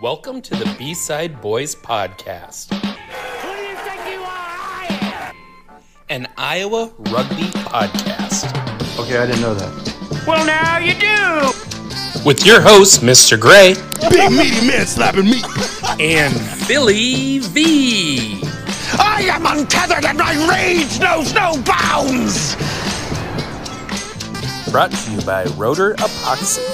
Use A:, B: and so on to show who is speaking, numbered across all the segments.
A: Welcome to the B Side Boys Podcast,
B: Who do you think you are? I am.
A: an Iowa rugby podcast,
C: Okay, I didn't know that.
B: Well, now you do.
A: with your host, Mr. Gray,
D: Big meaty man slapping me.
A: and Philly V.
D: I am untethered and my rage knows no bounds.
A: Brought to you by Rotor Epoxy.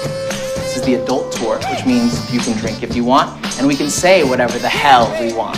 E: This is the adult tour, which means you can drink if you want, and we can say whatever the hell we want.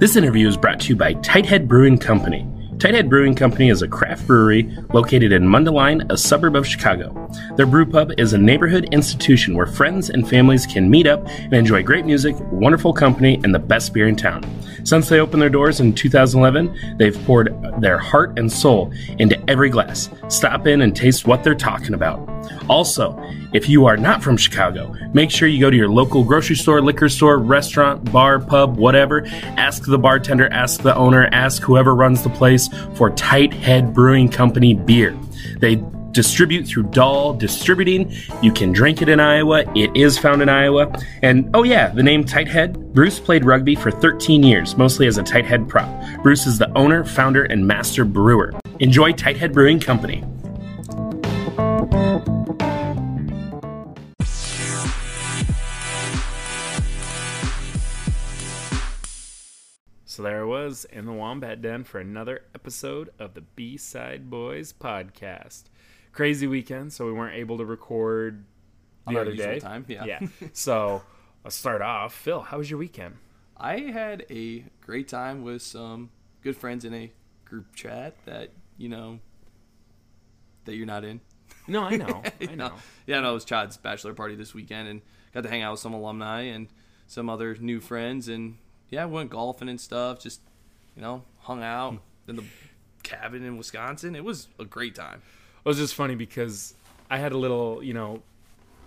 F: This interview is brought to you by Tighthead Brewing Company. Tighthead Brewing Company is a craft brewery located in Mundelein, a suburb of Chicago. Their brew pub is a neighborhood institution where friends and families can meet up and enjoy great music, wonderful company, and the best beer in town. Since they opened their doors in 2011, they've poured their heart and soul into every glass. Stop in and taste what they're talking about. Also, if you are not from Chicago, make sure you go to your local grocery store, liquor store, restaurant, bar, pub, whatever. Ask the bartender, ask the owner, ask whoever runs the place for Tight Head Brewing Company beer. They distribute through Dahl Distributing. You can drink it in Iowa. It is found in Iowa. And oh yeah, the name Tighthead. Bruce played rugby for 13 years, mostly as a tighthead prop. Bruce is the owner, founder, and master brewer. Enjoy Tighthead Brewing Company.
G: So there I was in the Wombat Den for another episode of the B Side Boys podcast. Crazy weekend, so we weren't able to record the
H: our
G: other
H: usual
G: day.
H: time, yeah.
G: so I'll start off. Phil, how was your weekend?
H: I had a great time with some good friends in a group chat that you know that you're not in.
G: No, I know. I know.
H: Yeah, no, it was Chad's bachelor party this weekend, and got to hang out with some alumni and some other new friends, and yeah, went golfing and stuff. Just you know, hung out
G: Hmm.
H: in the cabin in Wisconsin. It was a great time.
G: It was just funny because I had a little, you know,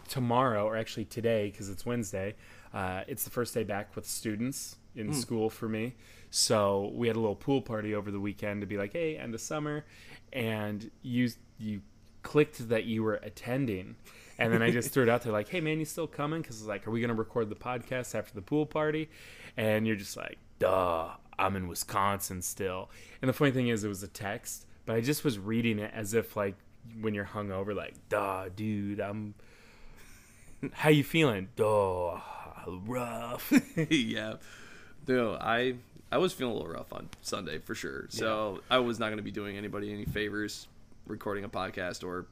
G: tomorrow or actually today because it's Wednesday. Uh, it's the first day back with students in school for me, so we had a little pool party over the weekend to be like, hey, end of summer, and you you clicked that you were attending, and then I just threw it out there like, hey man, you still coming? Because like, are we gonna record the podcast after the pool party? And you're just like, duh, I'm in Wisconsin still. And the funny thing is, it was a text, but I just was reading it as if like when you're hungover, like, duh, dude, I'm. How you feeling? Duh, rough.
H: yeah. No, I I was feeling a little rough on Sunday for sure. So I was not going to be doing anybody any favors, recording a podcast or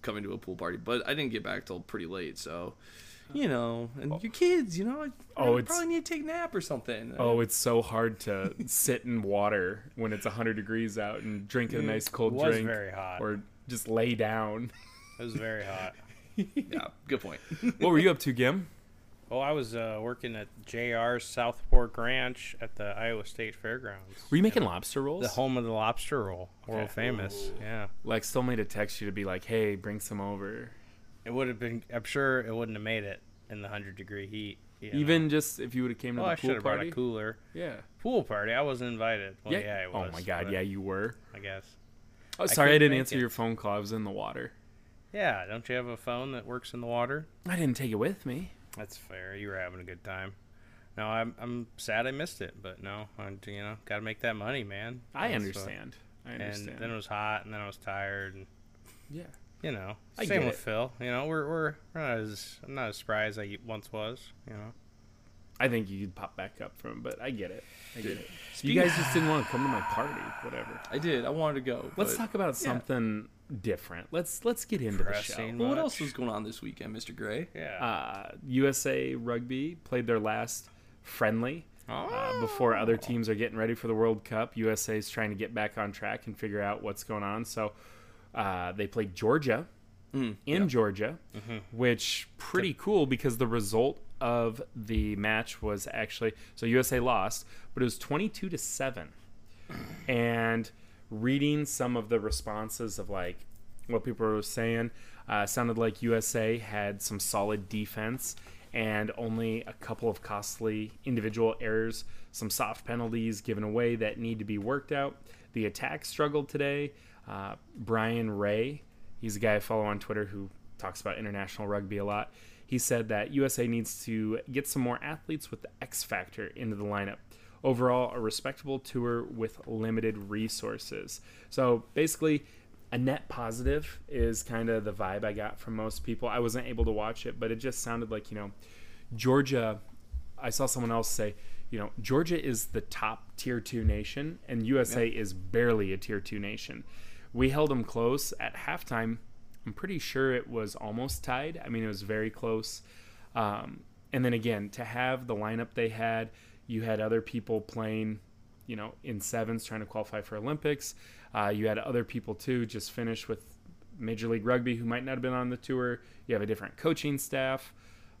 H: coming to a pool party. But I didn't get back till pretty late. So, you know, and your kids, you know, I,
G: Oh,
H: I
G: it's-
H: probably need to take a nap or something.
G: oh, it's so hard to sit in water when it's 100 degrees out and drink a nice cold
I: was
G: drink.
I: very hot.
G: Or just lay down.
I: It was very hot.
H: yeah, good point.
G: what were you up to, Gim?
I: Well, I was uh, working at JR South Fork Ranch at the Iowa State Fairgrounds,
G: Were you making lobster rolls?
I: the home of the lobster roll, world famous. Yeah,
G: Lex told me to text you to be like, hey, bring some over.
I: it would have been. I'm sure it wouldn't have made it in the hundred degree heat. you know.
G: Even just if you would have came to
I: well, I
G: the
I: should
G: pool
I: have brought
G: party.
I: a cooler.
G: Yeah.
I: Pool party. I wasn't invited. Well, yeah, I was.
G: oh my god,
I: but
G: yeah, you were.
I: I guess.
G: Oh, sorry, I,
I: couldn't
G: didn't
I: make
G: answer
I: it.
G: your phone call. I was in the water.
I: Yeah. Don't you have a phone that works in the water?
G: I didn't take it with me.
I: That's fair. You were having a good time. No, I'm. I'm sad I missed it, but no, I, you know, got to make that money, man.
G: I
I: That's, uh,
G: understand. I
I: and
G: understand.
I: then it was hot, and then I was tired, and
G: yeah.
I: you know,
G: I
I: same
G: get
I: with
G: it.
I: Phil. You know, we're we're, we're not as I'm not as surprised as I once was. You know,
G: I think you could pop back up from, but I get it. I get it. You guys just didn't want to come to my party, whatever.
H: I did. I wanted to go.
G: Let's
H: but-
G: talk about something different. Let's let's get into
I: Pressing.
G: the
H: Well, what
I: much.
H: else was going on this weekend, Mr. Gray?
G: show.
I: yeah,
G: Uh, USA Rugby played their last friendly uh, before other teams are getting ready for the World Cup. USA is trying to get back on track and figure out what's going on. So Uh, they played Georgia in Georgia, which pretty cool because the result of the match was actually so USA lost, but it was twenty-two to seven. And reading some of the responses of like what people were saying, uh, sounded like USA had some solid defense and only a couple of costly individual errors, some soft penalties given away that need to be worked out. The attack struggled today. Uh, Brian Ray, he's a guy I follow on Twitter who talks about international rugby a lot. He said that USA needs to get some more athletes with the X factor into the lineup. Overall, a respectable tour with limited resources. So basically, a net positive is kind of the vibe I got from most people. I wasn't able to watch it, but it just sounded like, you know, Georgia. I saw someone else say, you know, Georgia is the top tier two nation, and USA is barely a tier two nation. We held them close at halftime. I'm pretty sure it was almost tied. I mean, it was very close. Um, and then again, to have the lineup they had, you had other people playing you know in sevens trying to qualify for Olympics. Uh, you had other people too just finish with Major League Rugby who might not have been on the tour. You have a different coaching staff.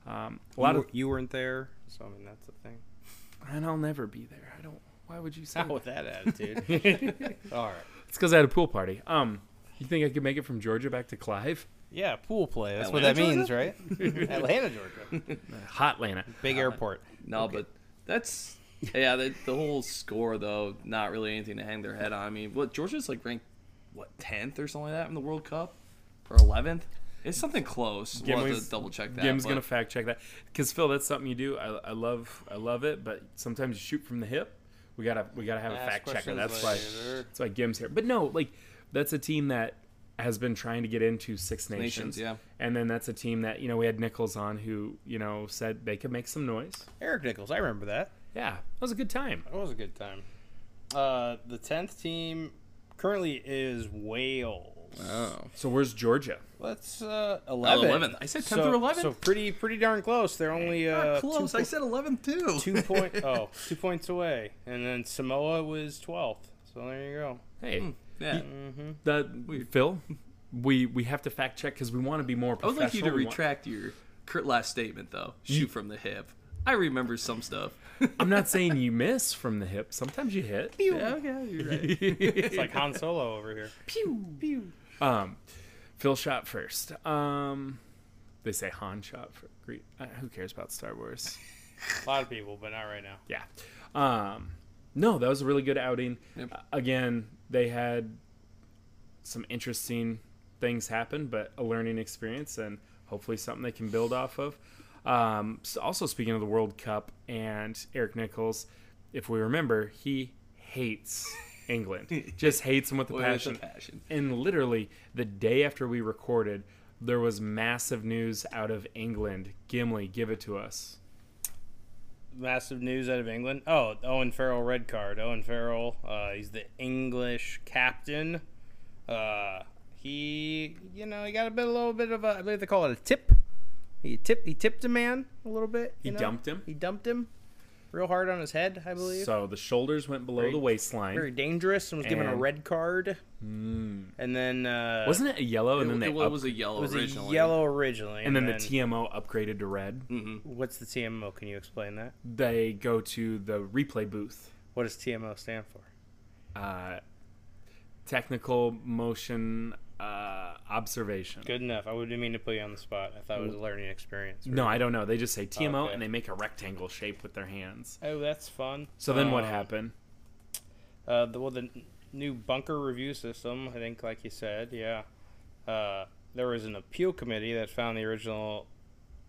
G: Um, a lot
I: you,
G: of
I: were- you weren't there, so I mean that's the thing.
G: and I'll never be there. I don't. Why would you say?
I: Not
G: that?
I: with that attitude. All right.
G: It's because I had a pool party. Um, you think I could make it from Georgia back to Clive?
I: Yeah, pool play. That's
H: Atlanta,
I: what that means, right? Atlanta, Georgia. Uh,
G: Hot Lana.
I: Big airport.
H: No, but that's yeah. The, the whole score though, not really anything to hang their head on. I mean, what Georgia's like ranked what tenth or something like that in the World Cup or eleventh? It's something close. we'll have
G: Gimli's-
H: to double check that.
G: Jim's
H: but-
G: gonna fact check that because Phil, that's something you do. I, I love, I love it, but sometimes you shoot from the hip. We gotta, we gotta have a
I: Ask
G: fact checker.
I: questions
G: That's why,
I: later.
G: that's why Gim's here. But no, like that's a team that has been trying to get into Six Nations,
H: Nations, yeah.
G: And then that's a team that you know we had Nichols on who you know said they could make some noise.
I: Eric Nichols. I remember that.
G: Yeah, that was a good time.
I: That was a good time. Uh, the tenth team currently is Wales.
H: Oh,
G: So where's Georgia?
I: Let's uh, eleven.
H: 11th. I said 10th
I: so,
H: or 11th.
I: So pretty, pretty darn close. They're only uh,
H: close.
I: Two,
H: I said eleven too.
I: two point. Oh, two points away. And then Samoa was twelfth. So there you go.
G: Hey,
H: yeah.
G: Mm, that Phil, we we have to fact check because we want to be more.
H: I would
G: Professional.
H: like you to
G: We want-
H: retract your cur- last statement though. Shoot from the hip. I remember some stuff.
G: I'm not saying you miss from the hip. Sometimes you hit.
H: yeah, okay, you're right.
I: It's like Han Solo over here.
G: Phil shot first. Um, they say Han shot for Greek. Uh, who cares about Star Wars?
I: A lot of people, but not right now.
G: Yeah. Um, no, that was a really good outing.
H: Yep.
G: Uh, again, they had some interesting things happen, but a learning experience and hopefully something they can build off of. Um, so also, speaking of the World Cup and Eric Nichols, if we remember, he hates England. Just hates them with a
H: Boy, that's a
G: passion.
H: passion.
G: And literally, the day after we recorded, there was massive news out of England. Gimli, give it to us.
I: massive news out of England. Oh, Owen Farrell red card. Owen Farrell, uh, he's the English captain. Uh, he, you know, he got a bit, a little bit of a, I believe they call it a tip. He tipped, he tipped a man a little bit.
G: He
I: you know?
G: dumped him.
I: He dumped him, real hard on his head, I believe.
G: So the shoulders went below the waistline.
I: Very dangerous. And was given a
G: And- Hmm.
I: red card. And then uh,
G: Wasn't it a yellow and then they
H: it, well, it
G: up-
H: was a yellow
I: it was
H: originally.
I: a yellow originally?
G: and then the TMO upgraded to red.
H: Hmm.
I: What's the TMO? Can you explain that?
G: They go to the replay booth.
I: What does TMO stand for?
G: Uh, technical motion uh, observation.
I: Good enough. I wouldn't mean to put you on the spot. I thought it was a learning experience.
G: No, I don't know. They just say TMO
H: Oh,
I: okay.
G: and they make a rectangle shape with their hands.
I: Oh, that's fun.
G: So then
H: Oh.
G: what
I: Um,
G: happened?
I: Uh, the, well, the n- new bunker review system, I think, like you said, yeah. Uh, there was an appeal committee that found the original.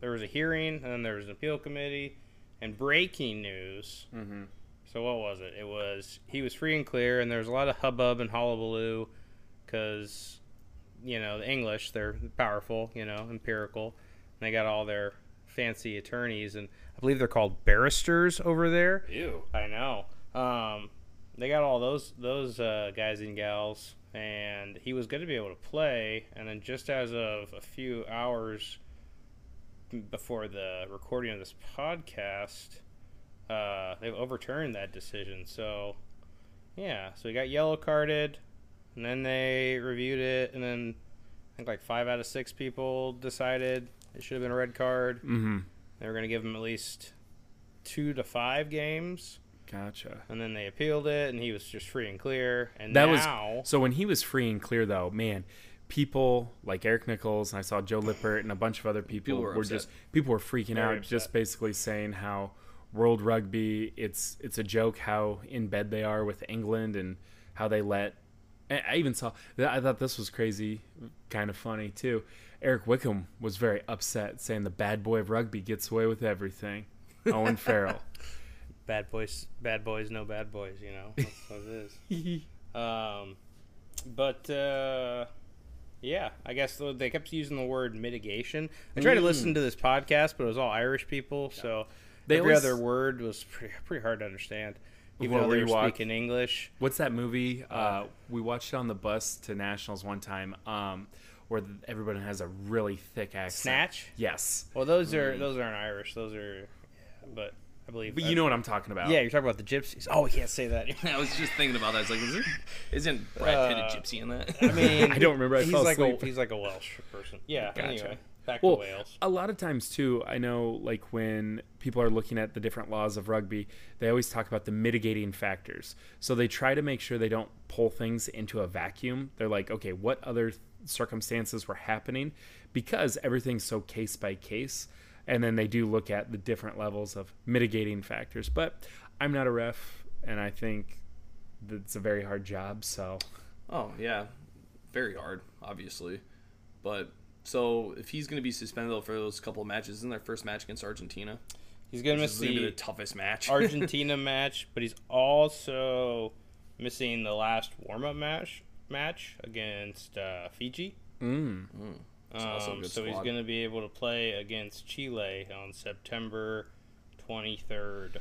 I: There was a hearing, and then there was an appeal committee, and breaking news. Mm-hmm. So what was it? It was he was free and clear, and there was a lot of hubbub and hullabaloo, because, you know, the English they're powerful, you know, empirical, and they got all their fancy attorneys, and I believe they're called barristers over there.
G: Ew.
I: I know. Um, they got all those those uh, guys and gals, and he was going to be able to play. And then just as of a few hours before the recording of this podcast, uh, they've overturned that decision. So, yeah, so he got yellow carded. and then they reviewed it, and then I think like five out of six people decided it should have been a red card. Mm-hmm. They were going to give him at least two to five games,
G: Gotcha.
I: and then they appealed it, and he was just free and clear. And
G: That
I: now,
G: was so when he was free and clear though, man, people like Eric Nichols and I saw Joe Lippert and a bunch of other people,
H: People were
G: were,
H: upset.
G: just people were freaking out,
I: upset.
G: just basically saying how World Rugby it's it's a joke how in bed they are with England and how they let. I I even saw. I thought this was crazy, kind of funny too. Eric Wickham was very upset, saying the bad boy of rugby gets away with everything. Owen Farrell.
I: bad boys, bad boys, no bad boys. You know, that's what it is. um, but uh, yeah, I guess th- they kept using the word mitigation. I
G: Mm.
I: tried to listen to this podcast, but it was all Irish people, so
G: They
I: every
G: always-
I: other word was pretty, pretty hard to understand. Even
G: Well,
I: though
G: we
I: they were
G: watch-
I: speaking English,
G: What's that movie? Uh, we watched it on the bus to nationals one time, um, where th- everybody has a really thick accent.
I: snatch.
G: Yes,
I: Well, those are those aren't Irish. Those are, yeah, but I believe.
G: Mm. but you know what I'm talking about.
I: Uh, yeah, you're talking about the gypsies. Oh, yeah, say that.
H: I was just thinking about that. I was like, is there, isn't Brad
G: Uh,
H: Pitt a gypsy in that?
I: I mean,
G: I don't remember. I
I: he's
G: fell
I: like
G: asleep.
I: a he's like a Welsh person. Yeah.
G: Gotcha.
I: Anyway, back
G: Well,
I: to Wales.
G: a lot of times too, I know like when people are looking at the different laws of rugby, they always talk about the mitigating factors. So they try to make sure they don't pull things into a vacuum. They're like, okay, what other th- circumstances were happening? Because everything's so case by case. And then they do look at the different levels of mitigating factors. But I'm not a ref, and I think that's a very hard job. So
H: Oh yeah, very hard, obviously. But so if he's going to be suspended for those couple of matches, isn't their first match against Argentina?
I: He's gonna
H: This
I: miss
H: is going to be the
I: the
H: toughest match.
I: Argentina match, but he's also missing the last warm up match match against uh, Fiji. Mm.
H: Hmm. also a
I: Um,
H: good
I: so he's
H: squad.
I: gonna be able to play against Chile on September twenty third.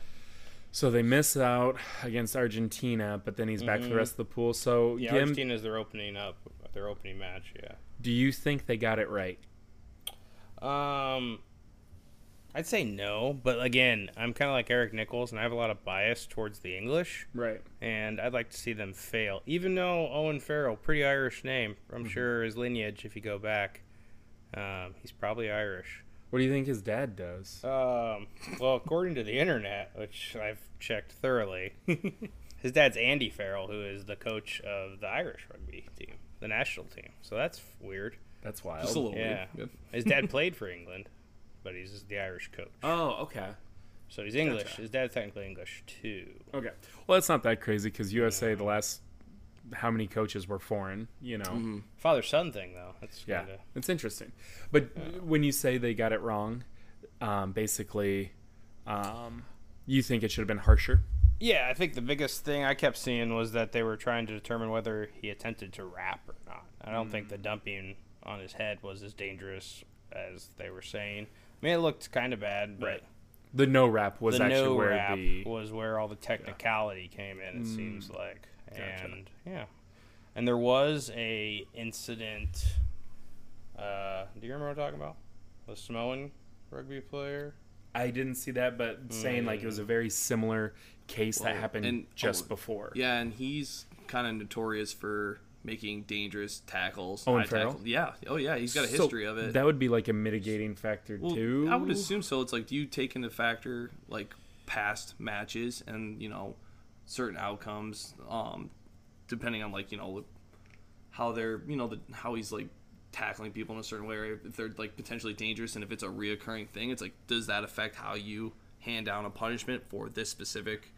G: So they miss out against Argentina, but then he's back for the rest of the pool. So
I: Yeah,
G: Gim,
I: Argentina's their opening up their opening match. Yeah.
G: do you think they got it right?
I: Um, I'd say no, but again, I'm kind of like Eric Nichols, and I have a lot of bias towards the English,
G: Right.
I: and I'd like to see them fail. Even though Owen Farrell, pretty Irish name, I'm sure his lineage, if you go back, um, he's probably Irish.
G: What do you think his dad does?
H: Uh,
I: Um, well, according to the internet, which I've checked thoroughly, his dad's Andy Farrell, who is the coach of the Irish rugby team, the national team. So that's weird.
G: That's wild.
H: Just a little
I: Yeah,
H: weird.
I: his dad played for England, but he's the Irish coach.
G: Oh, okay.
I: So he's English. His dad's technically English too.
G: Okay. Well, that's not that crazy because USA, the last how many coaches were foreign, you know?
H: Mm-hmm.
I: Father son thing though. That's
G: Yeah.
I: kinda
G: It's interesting. But when you say they got it wrong, um, basically, um, you think it should have been harsher?
I: Yeah, I think the biggest thing I kept seeing was that they were trying to determine whether he attempted to rap or not. I don't think
G: Mm.
I: the dumping on his head was as dangerous as they were saying. I mean it looked kinda bad, but
G: The no rap was
I: the
G: actually
I: no
G: where
I: rap
G: the. Mm.
I: was where all the technicality came in. It seems like, and yeah, and there was a incident. Uh, do you remember what I'm talking about? The Samoan rugby player.
G: I didn't see that, but saying like it was a very similar case that happened
H: Mm. and-
G: just
H: oh,
G: before.
H: Yeah, and he's kind of notorious for making dangerous tackles.
G: Owen
H: high tackle-
G: Farrell?
H: Yeah. Oh yeah, he's got a
G: So
H: history of it.
G: That would be like a mitigating factor
H: Well,
G: too.
H: I would assume so. It's like, do you take into factor like past matches and you know certain outcomes, um, depending on like you know how they're you know the, how he's like tackling people in a certain way, or if they're like potentially dangerous, and if it's a reoccurring thing, it's like, does that affect how you hand down a punishment for this specific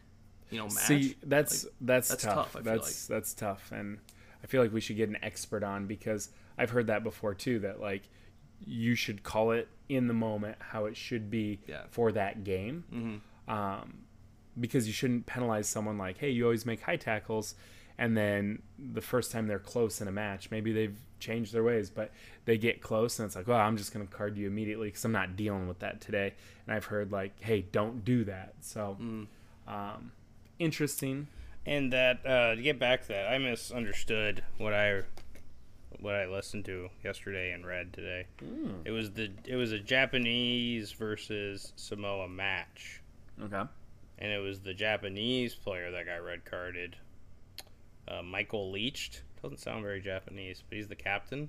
H: you know match?
G: See, that's
H: Like,
G: that's,
H: that's
G: tough.
H: tough, I feel
G: that's that's tough, and I feel like we should get an expert on because I've heard that before too. That like you should call it in the moment how it should be
H: Yeah. Mm-hmm.
G: for that game, um, because you shouldn't penalize someone like, hey, you always make high tackles. And then the first time they're close in a match, maybe they've changed their ways, but they get close and it's like, well, I'm just going to card you immediately because I'm not dealing with that today. And I've heard, like, hey, don't do that. So,
H: Mm.
G: um, interesting.
I: And that uh, to get back to that, I misunderstood what I what I listened to yesterday and read today. It was the it was a Japanese versus Samoa match.
G: Okay.
I: and it was the Japanese player that got red carded, uh, Michael Leached. Doesn't sound very Japanese, but he's the captain.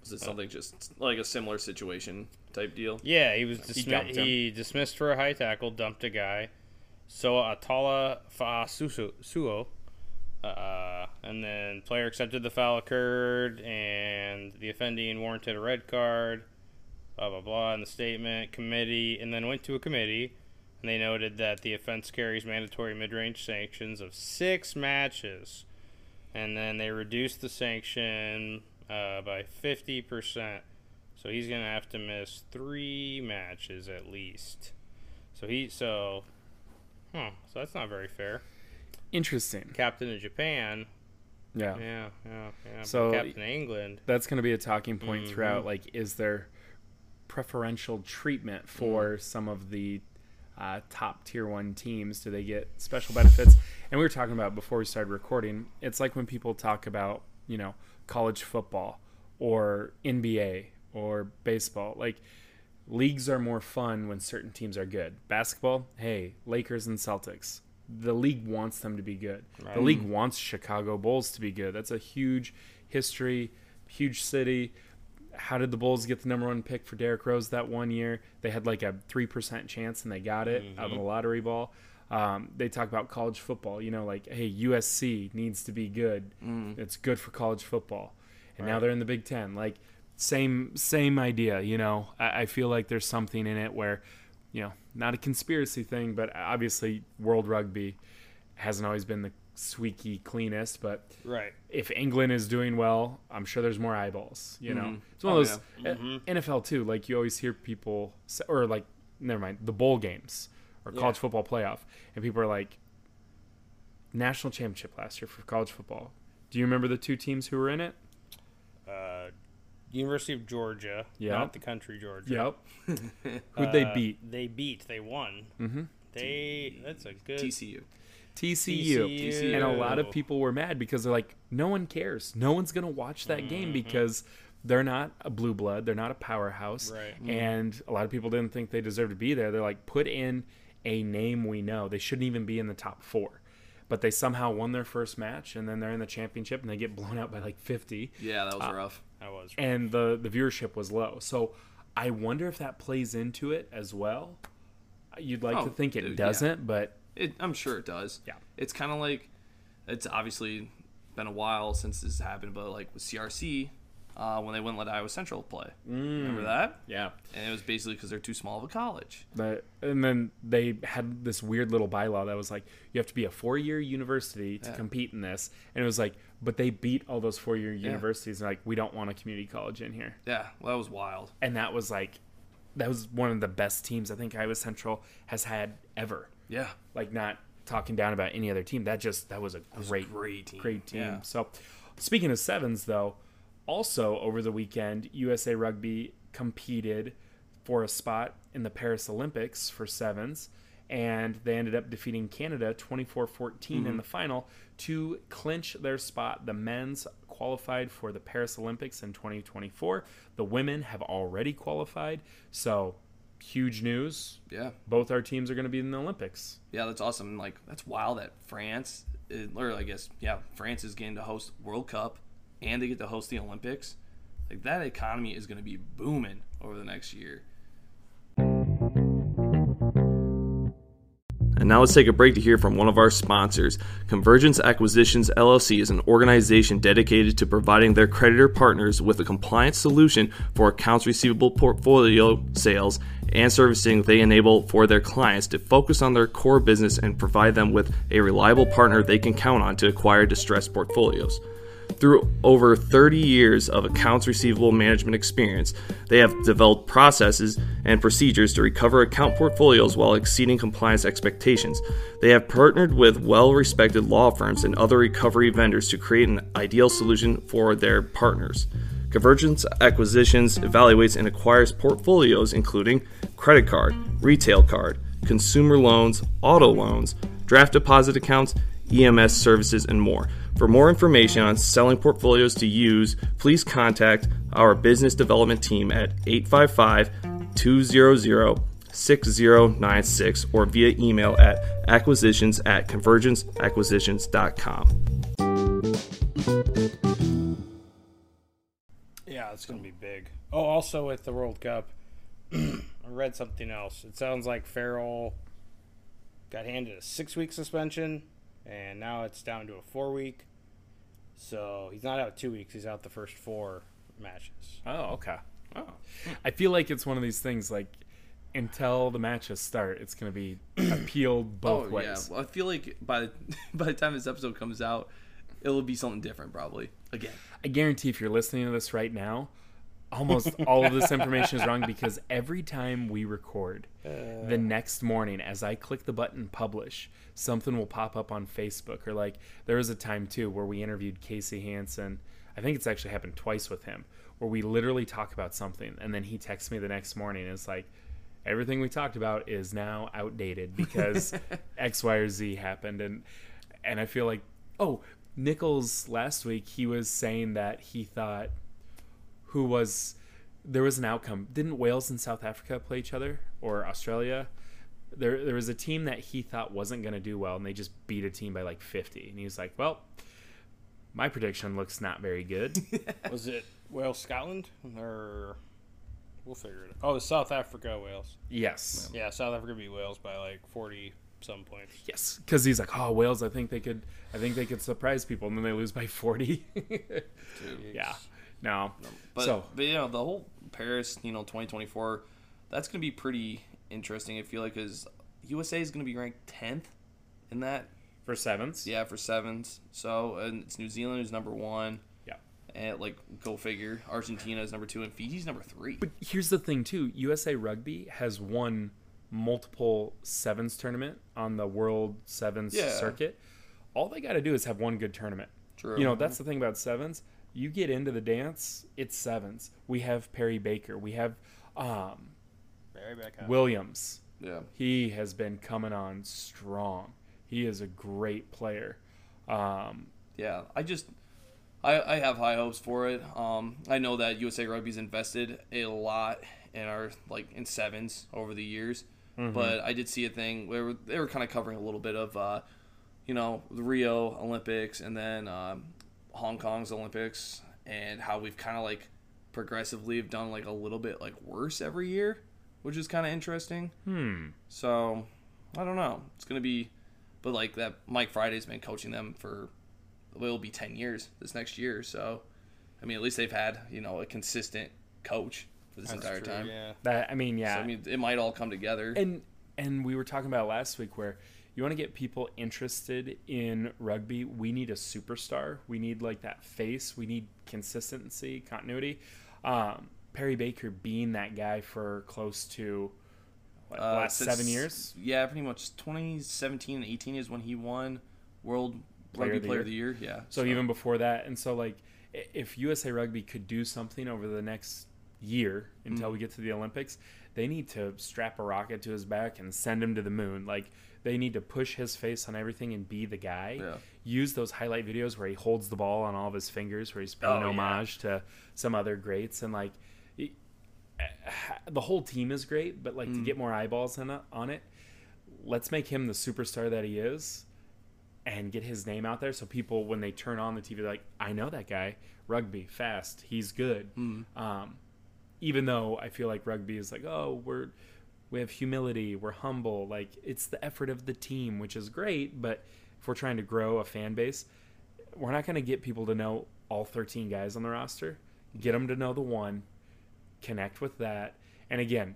H: Was it something just like a similar situation type deal?
I: Yeah, he was dismi-
G: dumped
I: he,
G: him.
I: dismissed for a high tackle, dumped a guy. So Atala Fasuo, uh, and then player accepted the foul occurred, and the offending warranted a red card. Blah blah blah. In the statement committee, and then went to a committee, and they noted that the offense carries mandatory mid-range sanctions of six matches, and then they reduced the sanction uh, by fifty percent. So he's gonna have to miss three matches at least. So he so, huh? So that's not very fair.
G: Interesting.
I: Captain of Japan,
G: Yeah.
I: yeah, yeah, yeah. but
G: So-
I: captain of England,
G: That's going to be a talking point throughout. Like, is there preferential treatment for some of the uh, top tier one teams? Do they get special benefits? And we were talking about before we started recording. It's like when people talk about you know college football or NBA or baseball. Like leagues are more fun when certain teams are good. Basketball, hey, Lakers and Celtics. The league wants them to be good. The league wants Chicago Bulls to be good. That's a huge history, huge city. How did the Bulls get the number one pick for Derrick Rose that one year? They had like a 3% chance and they got it out of the lottery ball. Um, they talk about college football, you know, like, hey, USC needs to be good. It's good for college football. And now they're in the Big Ten. Like, same same idea you know I, I feel like there's something in it where you know not a conspiracy thing but obviously world rugby hasn't always been the squeaky cleanest but
I: right?
G: if england is doing well i'm sure there's more eyeballs you know it's one of those uh, nfl too like you always hear people s- or like never mind the bowl games or college football playoff and people are like national championship last year for college football do you remember the two teams who were in it
I: Uh, University of Georgia,
G: Yeah.
I: not the country Georgia.
G: yep who'd they beat
I: They beat. They won. Mm-hmm. They. That's a good.
H: TCU.
G: TCU.
I: TCU.
G: And a lot of people were mad because they're like, no one cares. No one's going to watch that
H: Mm-hmm.
G: game because they're not a blue blood. They're not a powerhouse.
I: Right.
G: And a lot of people didn't think they deserved to be there. They're like, put in a name we know. They shouldn't even be in the top four. But they somehow won their first match and then they're in the championship and they get blown out by like 50
H: Yeah, that was rough.
I: I was.
G: and the the viewership was low. So I wonder if that plays into it as well. You'd like
H: Oh,
G: to think it
H: dude, yeah.
G: doesn't, but
H: It, I'm sure it does.
G: Yeah.
H: It's kind of like, it's obviously been a while since this happened, but like with CRC, uh, when they wouldn't let Iowa Central play. Remember that?
G: Mm. yeah.
H: And it was basically because they're too small of a college.
G: But, and then they had this weird little bylaw that was like, you have to be a four year university to compete in this. And it was like, but they beat all those four year universities. And like, we don't want a community college in here.
H: Yeah, well, that was wild.
G: And that was like, that was one of the best teams I think Iowa Central has had ever.
H: Yeah.
G: Like, not talking down about any other team. That just, that was a great,
H: great team.
G: Great team.
H: Yeah.
G: So, speaking of sevens, though, also over the weekend, USA Rugby competed for a spot in the Paris Olympics for sevens, and they ended up defeating Canada 24 14
H: Mm-hmm.
G: in the final to clinch their spot. The men's qualified for the Paris Olympics in 2024. The women have already qualified. So, huge news.
H: Yeah.
G: Both our teams are going to be in the Olympics.
H: Yeah, that's awesome. And, Like, that's wild that France, uh, or I guess, yeah, France is getting to host World Cup and they get to host the Olympics. Like, that economy is going to be booming over the next year. And now let's take a break to hear from one of our sponsors. Convergence Acquisitions LLC is an organization dedicated to providing their creditor partners with a compliance solution for accounts receivable portfolio sales and servicing they enable for their clients to focus on their core business and provide them with a reliable partner they can count on to acquire distressed portfolios. Through over 30 years of accounts receivable management experience, they have developed processes and procedures to recover account portfolios while exceeding compliance expectations. They have partnered with well respected law firms and other recovery vendors to create an ideal solution for their partners. Convergence Acquisitions evaluates and acquires portfolios including credit card, retail card, consumer loans, auto loans, draft deposit accounts, EMS E services, and more. For more information on selling portfolios to use, please contact our business development team at 855 200 6096 or via email at acquisitions at convergenceacquisitions.com.
I: Yeah, it's going to be big. Oh, also at the World Cup, I read something else. It sounds like Farrell got handed a six week suspension, and now it's down to a four week. So he's not out two weeks, he's out the first four matches.
G: Oh, okay. Oh. I feel like it's one of these things like until the matches start, it's going to be appealed both
H: Oh yeah.
G: ways.
H: Well, I feel like by the, by the time this episode comes out, it'll be something different probably. Again.
G: I guarantee if you're listening to this right now, almost all of this information is wrong because every time we record, the next morning, as I click the button publish, something will pop up on Facebook. Or like there was a time too where we interviewed Casey Hansen. I think it's actually happened twice with him, where we literally talk about something and then he texts me the next morning and it's like everything we talked about is now outdated because X, Y, or Z happened and and I feel like oh Nichols last week he was saying that he thought who was there was an outcome didn't Wales and South Africa play each other or Australia there there was a team that he thought wasn't going to do well and they just beat a team by like 50 and he was like well my prediction looks not very good
I: Was it Wales Scotland? Or. We'll figure it out. Oh, it's South Africa, Wales.
G: yes
I: Yeah, South Africa beat Wales by like 40 some points.
G: yes because he's like oh Wales I think they could I think they could surprise people and then they lose by 40 yeah no,
H: But
G: so
H: but you know the whole Paris, you know, 2024, that's going to be pretty interesting. I feel like cuz USA is going to be ranked 10th in that.
G: for sevens
H: Yeah, for sevens. So, and it's New Zealand who's number 1
G: yeah
H: and like go figure. Argentina is number 2 and Fiji's number 3.
G: But here's the thing too: USA Rugby has won multiple sevens tournament on the World Sevens
H: Yeah.
G: circuit. All they got to do is have one good tournament.
H: True.
G: You know that's the thing about sevens. You get into the dance, it's sevens. We have Perry Baker. We have um,
I: Very back up.
G: Williams.
H: yeah.
G: He has been coming on strong. He is a great player. Um,
H: yeah, I just I, I have high hopes for it. Um, I know that USA Rugby's invested a lot in our like in sevens over the years, but I did see a thing where they were kind of covering a little bit of uh, you know the Rio Olympics and then um, Hong Kong's Olympics and how we've kind of like progressively have done like a little bit like worse every year, which is kind of interesting. Hmm. So I don't know. It's gonna be, but like that Mike Friday's been coaching them for it'll be 10 years this next year. So, I mean, at least they've had, you know, a consistent coach for this entire time.
I: Yeah.
G: that I mean, yeah.
H: So, I mean, it might all come together.
G: and and we were talking about last week where you want to get people interested in rugby we need a superstar we need like that face we need consistency continuity um, perry baker being that guy for close to what, the
H: Uh,
G: last
H: since-
G: seven years
H: Yeah, pretty much 2017 and 18 is when he won World
G: Player
H: Rugby
G: of the
H: Player
G: Year.
H: of the Year. Yeah.
G: so even before that and so like i- if usa rugby could do something over the next year until
H: Mm.
G: we get to the olympics they need to strap a rocket to his back and send him to the moon like they need to push his face on everything and be the guy
H: Yeah.
G: use those highlight videos where he holds the ball on all of his fingers where he's paying
H: Oh, yeah.
G: homage to some other greats and like it- the whole team is great but like
H: Mm.
G: to get more eyeballs on it, on it let's make him the superstar that he is and get his name out there so people when they turn on the tv they're like i know that guy rugby fast he's good um, even though i feel like rugby is like oh we're we have humility we're humble like it's the effort of the team which is great but if we're trying to grow a fan base we're not going to get people to know all 13 guys on the roster get them to know the one connect with that and again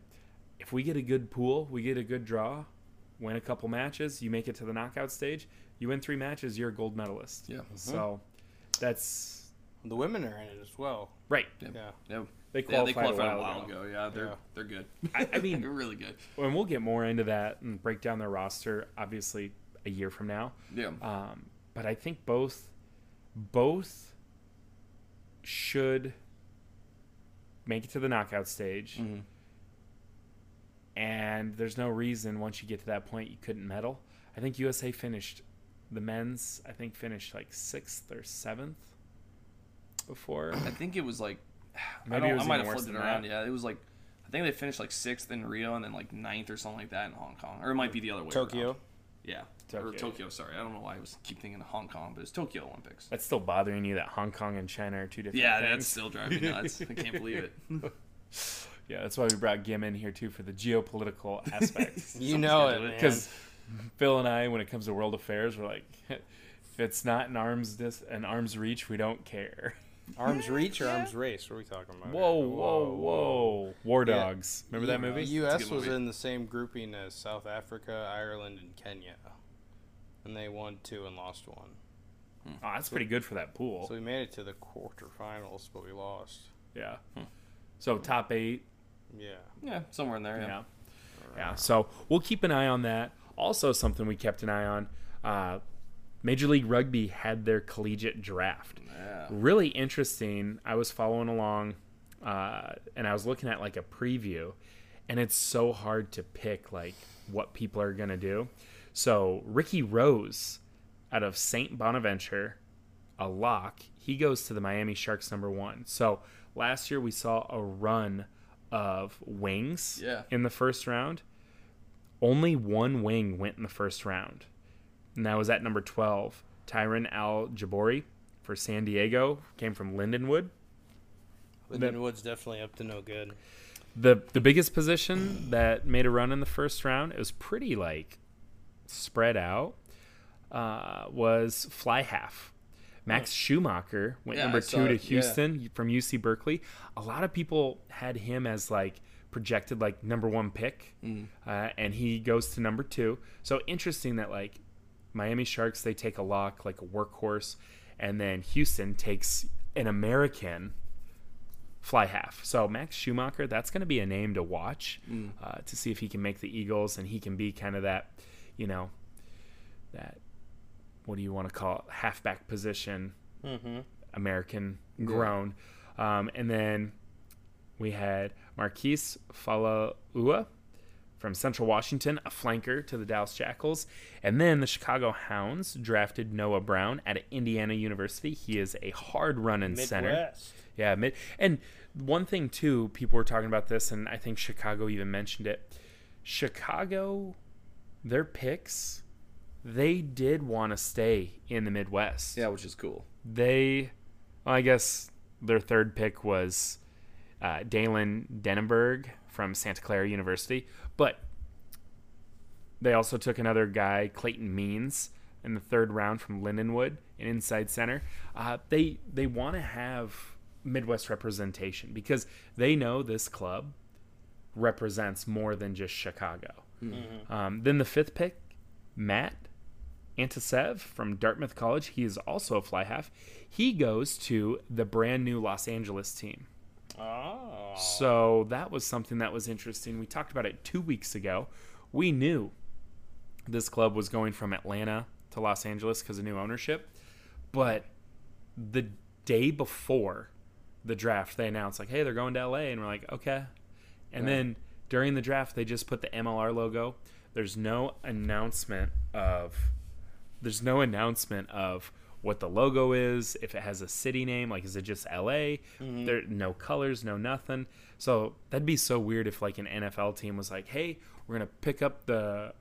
G: if we get a good pool we get a good draw win a couple matches you make it to the knockout stage you win three matches you're a gold medalist
H: Yeah.
G: so that's
I: The women are in it as well.
G: right
I: Yeah.
H: Yeah.
G: they
H: Yeah, they
G: qualified,
H: qualified
G: a while ago.
H: Yeah, they're
I: Yeah.
H: they're good.
G: I, I mean
H: they're really good.
G: and we'll get more into that and break down their roster obviously a year from now
H: Yeah.
G: um, but i think both both should make it to the knockout stage
H: Mm-hmm.
G: and there's no reason once you get to that point you couldn't medal i think usa finished the men's i think finished like sixth or seventh before
H: I think it was like I,
G: Maybe
H: don't,
G: it was
H: I might
G: even
H: have
G: worse
H: flipped it
G: than
H: around.
G: that.
H: Yeah, it was like I think they finished like sixth in Rio and then like ninth or something like that in Hong Kong, or it might be the other way.
I: Tokyo.
H: around. Yeah. Or
G: Tokyo.
H: Tokyo, sorry. I don't know why I was keep thinking of Hong Kong, but it's Tokyo Olympics.
G: That's still bothering you that Hong Kong and China are two different
H: Yeah,
G: things.
H: that's still driving me nuts. I can't believe it.
G: Yeah, that's why we brought Gim in here too for the geopolitical aspect.
I: You know it,
G: Because Phil and I, when it comes to world affairs, we're like, if it's not an arms dis- an arms reach, we don't care.
I: Arms reach or arms race? What are we talking about?
G: Whoa, whoa, whoa! War
I: Yeah.
G: Dogs. Remember that movie?
I: U.S. was
H: movie.
I: in the same grouping as South Africa, Ireland, and Kenya, and they won two and lost one.
G: Oh, that's pretty good for that pool.
I: So we made it to the quarterfinals, but we lost.
G: yeah. So top eight.
I: Yeah.
H: Yeah, somewhere in there. Yeah.
G: Yeah. Yeah. So we'll keep an eye on that. Also, something we kept an eye on uh, Major League Rugby had their collegiate draft. Really interesting. I was following along uh, and I was looking at like a preview, and it's so hard to pick like what people are going to do. So, Ricky Rose out of St. Bonaventure a lock, he goes to the Miami Sharks number one. So last year we saw a run of wings
H: Yeah.
G: in the first round. Only one wing went in the first round. And that was at number 12. Tyron Al Jabori for San Diego came from Lindenwood.
I: But then Wood's definitely up to no good.
G: the the biggest position that made a run in the first round it was pretty like spread out uh, was fly half max schumacher went
H: Yeah, I
G: number
H: saw
G: two to
H: it, yeah.
G: houston from uc berkeley a lot of people had him as like projected like number one pick
H: Mm.
G: uh, and he goes to number two so interesting that like miami sharks they take a lock like a workhorse and then houston takes an american fly half. So Max Schumacher, that's going to be a name to watch uh, to see if he can make the Eagles and he can be kind of that, you know, that what do you want to call it, halfback position, American grown. Um, and then we had Marquise Falaua from Central Washington, a flanker to the Dallas Jackals. And then the Chicago Hounds drafted Noah Brown at Indiana University. He is a hard running center.
I: Midwest.
G: Yeah, mid- and one thing too, people were talking about this, and I think Chicago even mentioned it. Chicago, their picks, they did want to stay in the Midwest.
H: Yeah, which is cool.
G: They, well, I guess their third pick was uh, Dalen Denenberg from Santa Clara University, but they also took another guy, Clayton Means, in the third round from Lindenwood, an inside center. Uh, they they want to have Midwest representation because they know this club represents more than just Chicago. Um, then the fifth pick, Matt Antisev from Dartmouth College. He is also a fly half. He goes to the brand new Los Angeles team.
I: Oh.
G: So that was something that was interesting. We talked about it two weeks ago. We knew this club was going from Atlanta to Los Angeles because of new ownership. But the day before the draft, they announced, like, hey, they're going to LA. And we're like, okay. And then during the draft, they just put the MLR logo. There's no announcement of there's no announcement of what the logo is, if it has a city name, like is it just LA? There no colors, no nothing. So that'd be so weird if like an NFL team was like, "Hey, we're going to pick up the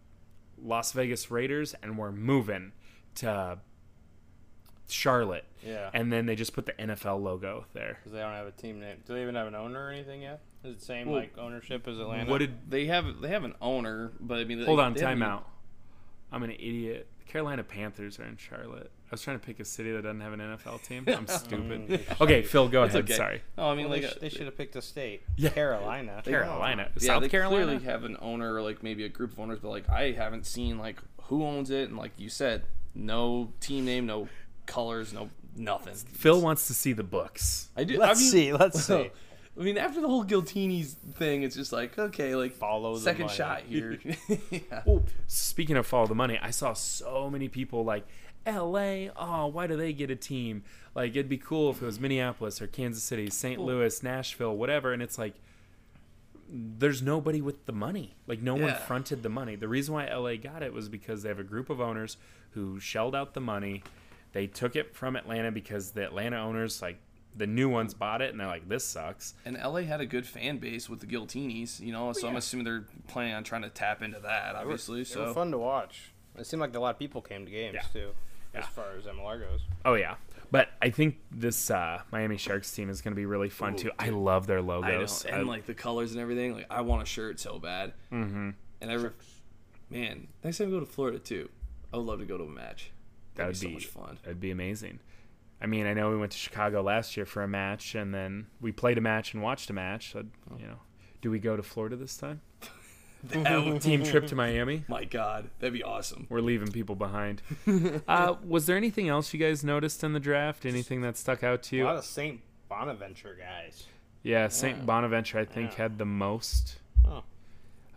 G: Las Vegas Raiders and we're moving to Charlotte."
I: Yeah.
G: And then they just put the NFL logo there.
I: Because they don't have a team name. Do they even have an owner or anything yet? Is it the same
H: Well,
I: like ownership as Atlanta?
G: What did
H: They have they have an owner, but I mean, they-
G: Hold on,
H: they haven't
G: time
H: even-
G: out. I'm an idiot. The Carolina Panthers are in Charlotte. I was trying to pick a city that doesn't have an NFL team. I'm stupid. okay, Phil, go ahead.
H: Mm, Okay.
G: Sorry.
H: No, I mean
I: Well,
H: like
I: they, sh-
H: uh,
I: they should have picked a state. Carolina.
G: Carolina.
H: Yeah,
G: South
H: they
G: Carolina.
H: clearly have an owner, or like maybe a group of owners, but like I haven't seen like who owns it, and like you said, no team name, no colors, no nothing.
G: Phil wants to see the books.
H: I do.
I: Let's
H: I mean,
I: see. Let's
H: so,
I: see.
H: I mean, after the whole Giltini's thing, it's just like okay, like
I: Follow the
H: second
I: money.
H: shot here. yeah.
G: Oh, speaking of follow the money, I saw so many people like LA. Oh, why do they get a team? Like it'd be cool if it was Minneapolis or Kansas City, St. Louis, Nashville, whatever. And it's like there's nobody with the money. Like no one
H: Yeah.
G: fronted the money. The reason why LA got it was because they have a group of owners who shelled out the money. They took it from Atlanta because the Atlanta owners like the new ones bought it and they're like this sucks.
H: And LA had a good fan base with the
I: Oh,
H: Guiltinis, you know, so I'm assuming they're planning on trying to tap into that, obviously.
I: They were
H: so
I: fun to watch. It seemed like a lot of people came to games
G: Yeah.
I: too, as far as MLR goes.
G: Oh yeah, but I think this uh, Miami Sharks team is going to be really fun too. I love their
H: I know,
G: logos. I-
H: and like the colors and everything. Like I want a shirt so bad. Mm-hmm. And I, re- man, next time we go to Florida too, I would love to go to a match.
G: that
H: That'd
G: would
H: be so
G: be
H: much fun.
G: That'd be amazing. I mean, I know we went to Chicago last year for a match, and then we played a match and watched a match. So, you know, do we go to Florida this time?
H: That would-
G: Team trip to Miami.
H: my God, that'd be awesome.
G: We're leaving people behind. uh, was there anything else you guys noticed in the draft? Anything that stuck out to
I: A
G: you?
I: lot of Saint Bonaventure guys.
G: yeah, Saint Bonaventure, I think, had the most.
I: Oh.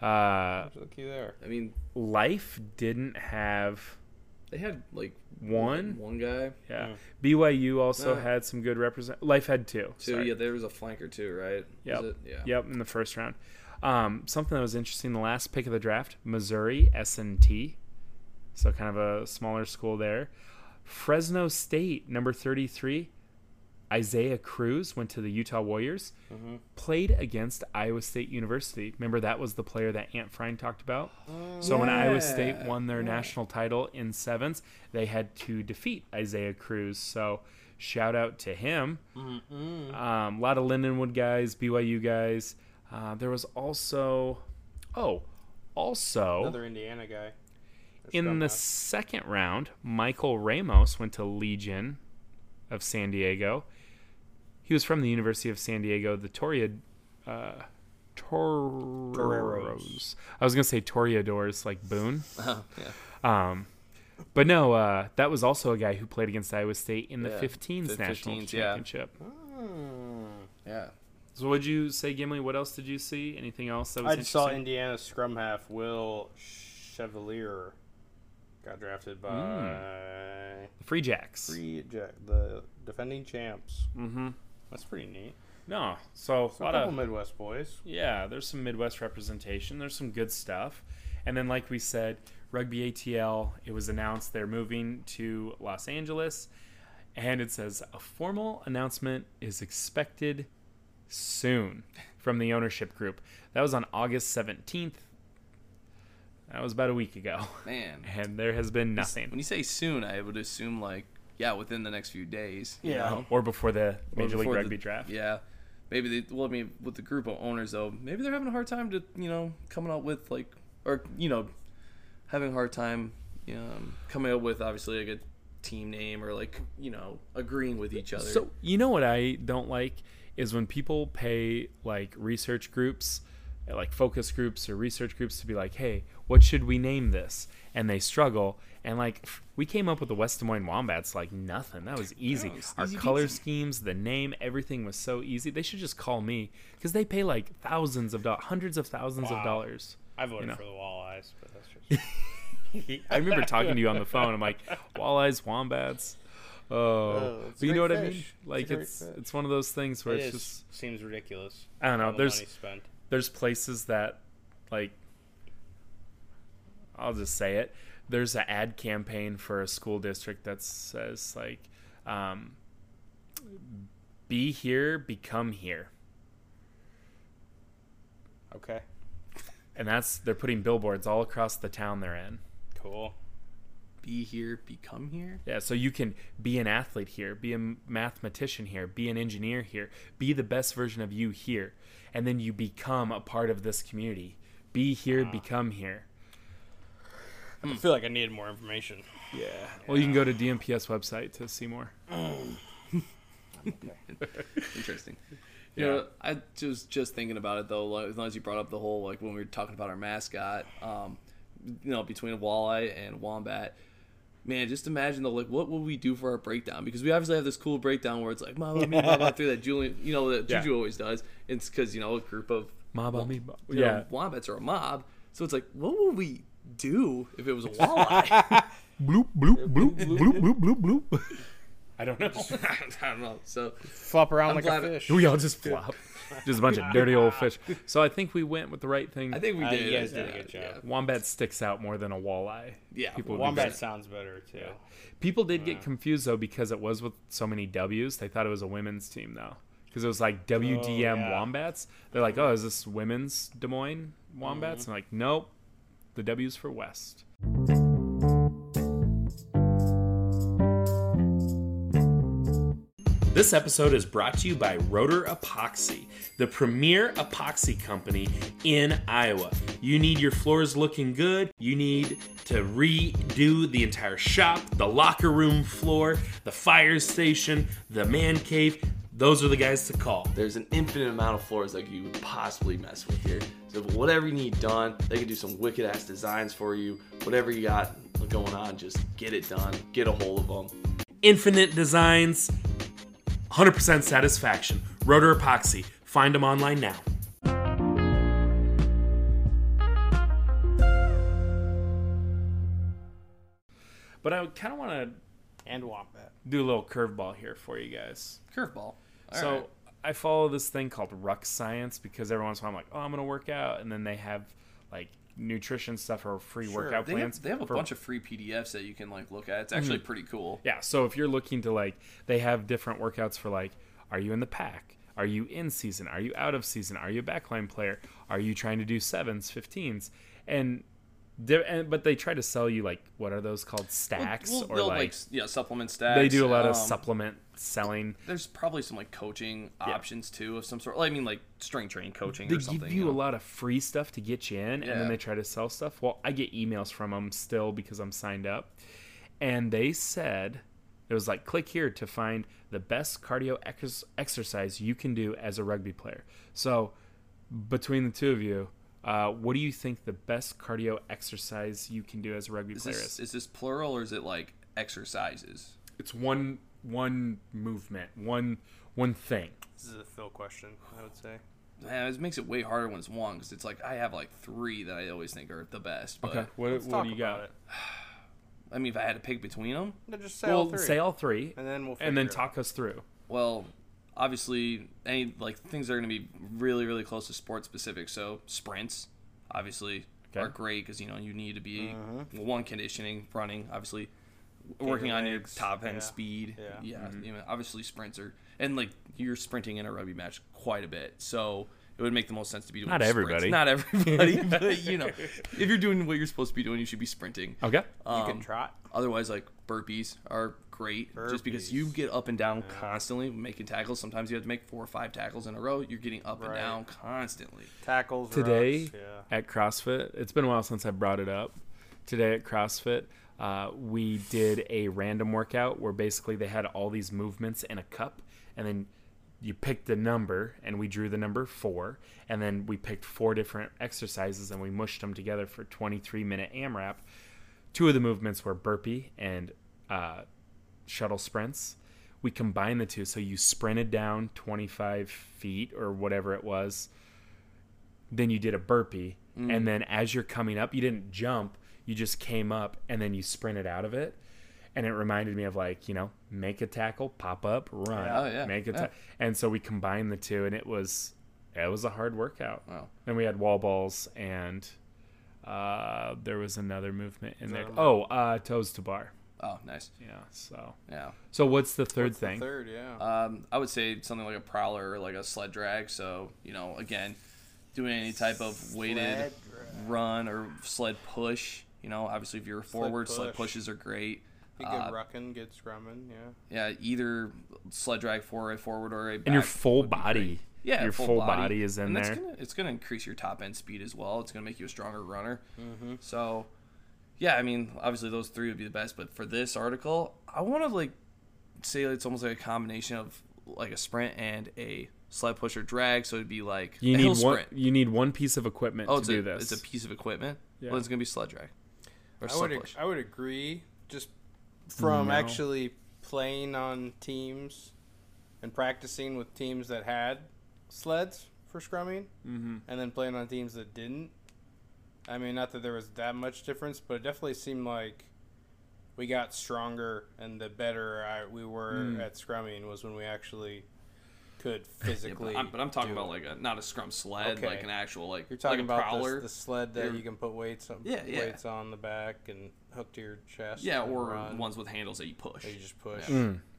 G: Uh,
I: Look you there.
H: I mean,
G: Life didn't have
H: they had like
G: one.
H: one guy.
G: Yeah. BYU also
H: Yeah.
G: had some good represent. Life had two.
H: Two.
G: sorry.
H: Yeah, there was a flanker too, right?
G: Yep.
H: Was it? Yeah.
G: Yep. In the first round. Um, something that was interesting. The last pick of the draft, Missouri S and T, so kind of a smaller school there. Fresno State, number thirty-three. Isaiah Cruz went to the Utah Warriors, played against Iowa State University. Remember that was the player that Ant Frine talked about. so when Iowa State won their national title in sevens, they had to defeat Isaiah Cruz. So shout out to him. Um, a lot of Lindenwood guys, BYU guys. Uh, there was also, oh, also
I: Another Indiana guy.
G: in the second round, Michael Ramos went to Legion of San Diego. He was from the University of San Diego, the Toria, uh, Toreros.
I: Toreros.
G: I was gonna say Toreadors, like Boone.
H: Oh, yeah.
G: Um, but no, uh, that was also a guy who played against Iowa State in the
H: Yeah,
G: 15s
H: the
G: national
H: 15s, yeah.
G: championship.
H: Hmm. Yeah.
G: So, would you say, Gimli? What else did you see? Anything else that was
I: I just saw
G: interesting?
I: Indiana scrum half Will Chevalier got drafted by
H: Hmm.
G: Free Jacks.
I: Free Jack, the defending champs.
H: Mm-hmm.
G: Mhm.
I: That's pretty neat.
G: No, so,
I: So
G: a
I: a
G: lot
I: couple
G: of
I: Midwest boys.
G: Yeah, there's some Midwest representation. There's some good stuff. And then, like we said, Rugby ATL, it was announced they're moving to Los Angeles. And it says a formal announcement is expected soon from the ownership group. That was on August 17th. That was about a week ago.
H: Man.
G: And there has been
H: When
G: nothing.
H: you say soon, I would assume like yeah, within the next few days. you
I: Yeah.
H: know?
G: Or before the
H: Or
G: Major League
H: before the-
G: Rugby draft.
H: Yeah. Maybe they well, I mean, with the group of owners though, maybe they're having a hard time to you know coming up with like or you know having a hard time um, coming up with obviously like a team name or like you know agreeing with each other.
G: So you know what I don't like is when people pay like research groups, eh, like focus groups or research groups to be like, "Hey, what should we name this?" and they struggle. And like we came up with the West Des Moines Wombats like nothing. That was easy. Our color schemes, the name, everything was so easy. They should just call me because they pay like thousands of dollars, hundreds of thousands of dollars.
I: I voted
G: know.
I: for the Walleyes, but that's just
G: I remember talking to you on the phone. I'm like, walleyes, wombats. Oh,
I: it's
G: but you know what
I: great
G: I mean?
I: fish. It's a
G: Like
I: great
G: it's
I: fish.
G: it's one of those things where
I: it
G: it's
I: is,
G: just
I: seems ridiculous.
G: I don't know,
I: All the
G: there's-
I: money spent.
G: there's places that like I'll just say it. There's an ad campaign for a school district that says like um, be here, become here.
I: Okay,
G: And that's they're putting billboards all across the town they're in.
I: cool.
H: be here, become here.
G: Yeah, so you can be an athlete here, be a mathematician here, be an engineer here, be the best version of you here, and then you become a part of this community. Be here, become here.
I: I feel like I needed more information.
G: Well, you can go to DMPS website to see more.
H: Interesting. You know, I was just thinking about it though. Like, as long as you brought up the whole like when we were talking about our mascot, um, you know, between walleye and wombat, man, just imagine though, like what would we do for our breakdown? Because we obviously have this cool breakdown where it's like mama me mama through that Julian, you know, that
G: Yeah.
H: Juju always does. It's because you know a group of
G: Mob on me.
H: you
G: Yeah.
H: know, wombats are a mob, so it's like what would we do if it was a walleye?
G: Bloop, bloop, bloop, bloop, bloop, bloop, bloop. I don't know.
H: I don't know. So
I: Flop around like
H: glad-
I: a fish.
G: We all just flop. Just a bunch of dirty old fish. So I think we went with the right thing.
H: I think we
I: Uh,
H: did.
I: you guys did a
H: Yeah,
I: good job.
G: wombat sticks out more than a walleye.
H: Yeah,
G: People would be
I: Wombat sounds better too.
G: People did get confused though because it was with so many W's. They thought it was a women's team though, because it was like WDM
I: yeah.
G: Wombats. They're like, oh, is this Mm-hmm. women's Des Moines Wombats? And like, nope, the W's for West.
F: This episode is brought to you by Rotor Epoxy, the premier epoxy company in Iowa. You need your floors looking good. You need to redo the entire shop, the locker room floor, the fire station, the man cave. Those are the guys to call.
H: There's an infinite amount of floors that you would possibly mess with here. So whatever you need done, they can do some wicked ass designs for you. Whatever you got going on, just get it done. Get a hold of them.
F: Infinite Designs, 100% satisfaction. Rotor Epoxy. Find them online now.
G: But I kind of want to
I: And Wombat.
G: do a little curveball here for you guys.
H: Curveball.
G: so I follow this thing called Ruck Science because every once in a while I'm like, oh, I'm gonna work out, and then they have like nutrition stuff or free workout
H: they
G: plans.
H: Have, they have a
G: for-
H: bunch of free PDFs that you can like look at. It's actually pretty cool.
G: Yeah, so if you're looking to like, they have different workouts for like, are you in the pack? Are you in season? Are you out of season? Are you a backline player? Are you trying to do sevens, 15s? And, di- and but they try to sell you like, what are those called? Stacks
H: Well,
G: or
H: they'll,
G: like,
H: yeah, supplement stacks.
G: they do a lot of
H: um,
G: supplement selling.
H: There's probably some like coaching options too of some sort. Well, I mean, like strength training coaching
G: They
H: or something.
G: give you a lot of free stuff to get you in, and
H: Yeah.
G: then they try to sell stuff. Well, I get emails from them still because I'm signed up, and they said it was like click here to find the best cardio ex- exercise you can do as a rugby player. So, between the two of you, uh, what do you think the best cardio exercise you can do as a rugby
H: Is
G: player
H: this,
G: is?
H: is this plural or is it like exercises?
G: It's one one movement, one one thing.
I: This is a Phil question, I would say.
H: Man, it makes it way harder when it's one because it's like I have like three that I always think are the best. But
G: What, what
I: talk
G: do you
I: about
G: got?
I: it.
H: I mean, if I had to pick between them,
I: No, just say
G: Well,
I: all three.
G: say all three,
I: And then we'll
G: and then
I: figure it out.
G: talk us through.
H: well, obviously, any like things that are going to be really, really close to sport specific. So sprints, obviously,
G: Okay.
H: are great because you know you need to be
I: Mm-hmm.
H: well, one conditioning, running, obviously, working on your
I: legs,
H: top end
I: yeah.
H: speed.
I: Yeah.
G: Mm-hmm.
H: you know, obviously sprints are and like you're sprinting in a rugby match quite a bit, so. It would make the most sense to be doing
G: Not
H: sprints.
G: everybody.
H: Not everybody, but you know, if you're doing what you're supposed to be doing, you should be sprinting.
G: Okay.
I: you can trot.
H: Um, Otherwise, like burpees are great just because you get up and down constantly making tackles. Sometimes you have to make four or five tackles in a row. You're getting up and
I: Right.
H: down constantly.
I: Tackles.
G: today
I: rucks, yeah.
G: at CrossFit. It's been a while since I brought it up. Today at CrossFit, uh, we did a random workout where basically they had all these movements in a cup, and then you picked a number, and we drew the number four, and then we picked four different exercises, and we mushed them together for 23 minute AMRAP. Two of the movements were burpee and uh, shuttle sprints. We combined the two, so you sprinted down 25 feet or whatever it was, then you did a burpee
H: Mm.
G: and then as you're coming up you didn't jump you just came up and then you sprinted out of it and it reminded me of like you know make a tackle pop up run
H: Yeah. Oh, yeah.
G: make a ta-
H: Yeah.
G: and so we combined the two and it was it was a hard workout
H: Wow.
G: then we had wall balls and uh there was another movement in there oh uh toes to bar
H: Oh, nice.
G: yeah so
H: Yeah.
G: so what's the third thing
I: Third, yeah.
H: Um, I would say something like a prowler or like a sled drag. So, you know, again, doing any type of weighted run or sled push. You know, obviously, if you're forward, sled
I: push.
H: pushes are great.
I: you get
H: uh,
I: rucking, get scrumming, yeah.
H: Yeah, either sled drag for a forward or a back.
G: and your full body
H: Yeah,
G: your full,
H: full
G: body. is in
H: and
G: there
H: That's gonna, it's going to increase your top end speed as well. It's going to make you a stronger runner. So, yeah, I mean, obviously those three would be the best, but for this article, I want to like say it's almost like a combination of like a sprint and a sled push or drag. So it'd be like
G: you
H: a hill
G: need one
H: sprint.
G: you need one piece of equipment to
H: Oh, it's
G: do
H: a,
G: this
H: it's a piece of equipment. Well, it's going to be sled drag or
I: I would,
H: sled
I: ag-
H: push.
I: I would agree, just from actually playing on teams and practicing with teams that had sleds for scrumming, and then playing on teams that didn't. I mean, not that there was that much difference, but it definitely seemed like we got stronger, and the better I, we were at scrumming was when we actually could
H: Yeah,
I: physically.
H: but, I'm, but I'm talking
I: do
H: about
I: it.
H: like a, not a scrum sled,
I: Okay.
H: like an actual like
I: You're talking
H: like a
I: about
H: prowler.
I: the, the sled that
H: You're-
I: you can put weights on,
H: Yeah, yeah.
I: weights on the back and hook to your chest.
H: yeah,
I: and
H: or Mm.
I: run.
H: ones with handles that you push.
I: that you just push.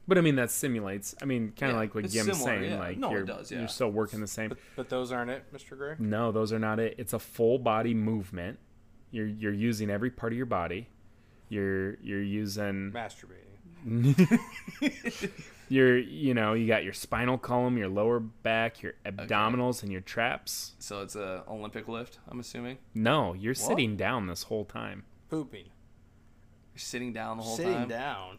G: But I mean, that simulates. I mean, kind of
H: Yeah,
G: like what
H: it's
G: Jim's
H: similar,
G: saying.
H: yeah.
G: Like
H: No, it
G: you're,
H: does, yeah.
G: you're still working the same.
I: But those aren't it, Mr. Gray.
G: No, those are not it. It's a full body movement. You're you're using every part of your body. You're you're using
I: Masturbating.
G: your you know you got your spinal column, your lower back, your abdominals, and your traps.
H: So it's a Olympic lift. I'm assuming
G: No, you're sitting down this whole time.
I: Pooping.
H: you're sitting down the whole
I: Sitting
H: time.
I: down.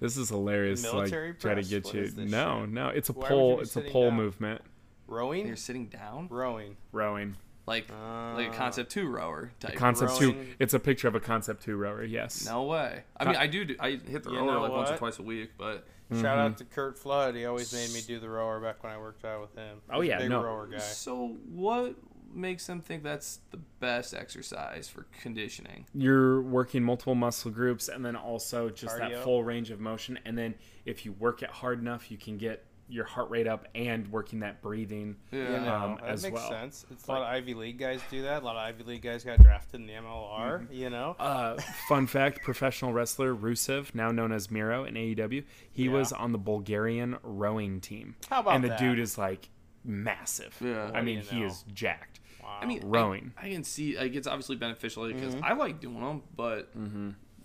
G: This is hilarious. to,
I: Military
G: like try to
I: press?
G: get
I: What
G: you.
I: is this
G: No,
I: shit?
G: no, it's a
I: Why would you
G: pole.
I: be
G: It's a
I: sitting
G: pole
I: down?
G: movement.
I: Rowing?
H: You're sitting down,
I: Rowing. Uh.
G: Rowing.
H: like like a concept two rower type.
G: Concept two.
I: Rowing.
G: It's a picture of a concept two rower. Yes.
H: No way. I mean, I do. do I hit the
I: You
H: roller
I: know
H: like once or
I: what?
H: twice a week, but
I: Shout
G: Mm-hmm.
I: out to Kurt Flood. He always made me do the rower back when I worked out with him.
G: Oh, yeah,
I: Big
G: no.
I: rower guy.
H: so what makes them think that's the best exercise for conditioning?
G: you're working multiple muscle groups and then also just that
I: Cardio.
G: full range of motion and then if you work it hard enough you can get your heart rate up and working that breathing
I: You know,
G: um,
I: that
G: as
I: makes
G: well
I: sense. It's a lot of Ivy League guys do that. A lot of Ivy League guys got drafted in the MLR. You know,
G: uh, fun fact professional wrestler rusev now known as miro in aew he was on the bulgarian rowing team
I: How about
G: and the
I: that?
G: dude is like massive
H: Yeah.
G: i
H: What
G: mean
I: do you
G: he
I: know?
G: is jacked
H: I mean, I-
G: Rowing.
H: I, can see like it's obviously beneficial because
G: Mm-hmm.
H: I like doing them, but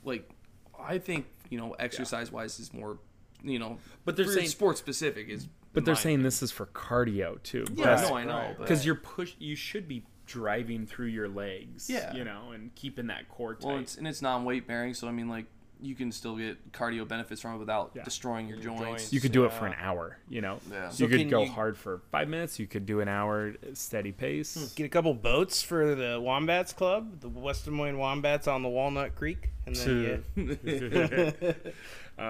H: like I think you know exercise wise is more you know,
G: But they're
H: for
G: saying-
H: sports specific is.
G: but they're
H: mine.
G: saying this is for cardio too
H: yeah,
G: That's-
H: no, I know
G: because
H: but-
G: you're push you should be driving through your legs
H: Yeah.
G: you know and keeping that core tight
H: Well, it's and it's non-weight bearing, so I mean, like you can still get cardio benefits from it without destroying your, joints.
I: joints.
G: you could do it for an hour you know
H: Yeah.
G: so you
I: can
G: could go
I: you-
G: hard for five minutes you could do an hour uh, steady pace
I: get a couple boats for the Wombats Club, the West Des Moines Wombats on the Walnut Creek, and then
G: To-
I: you,
G: Hmm.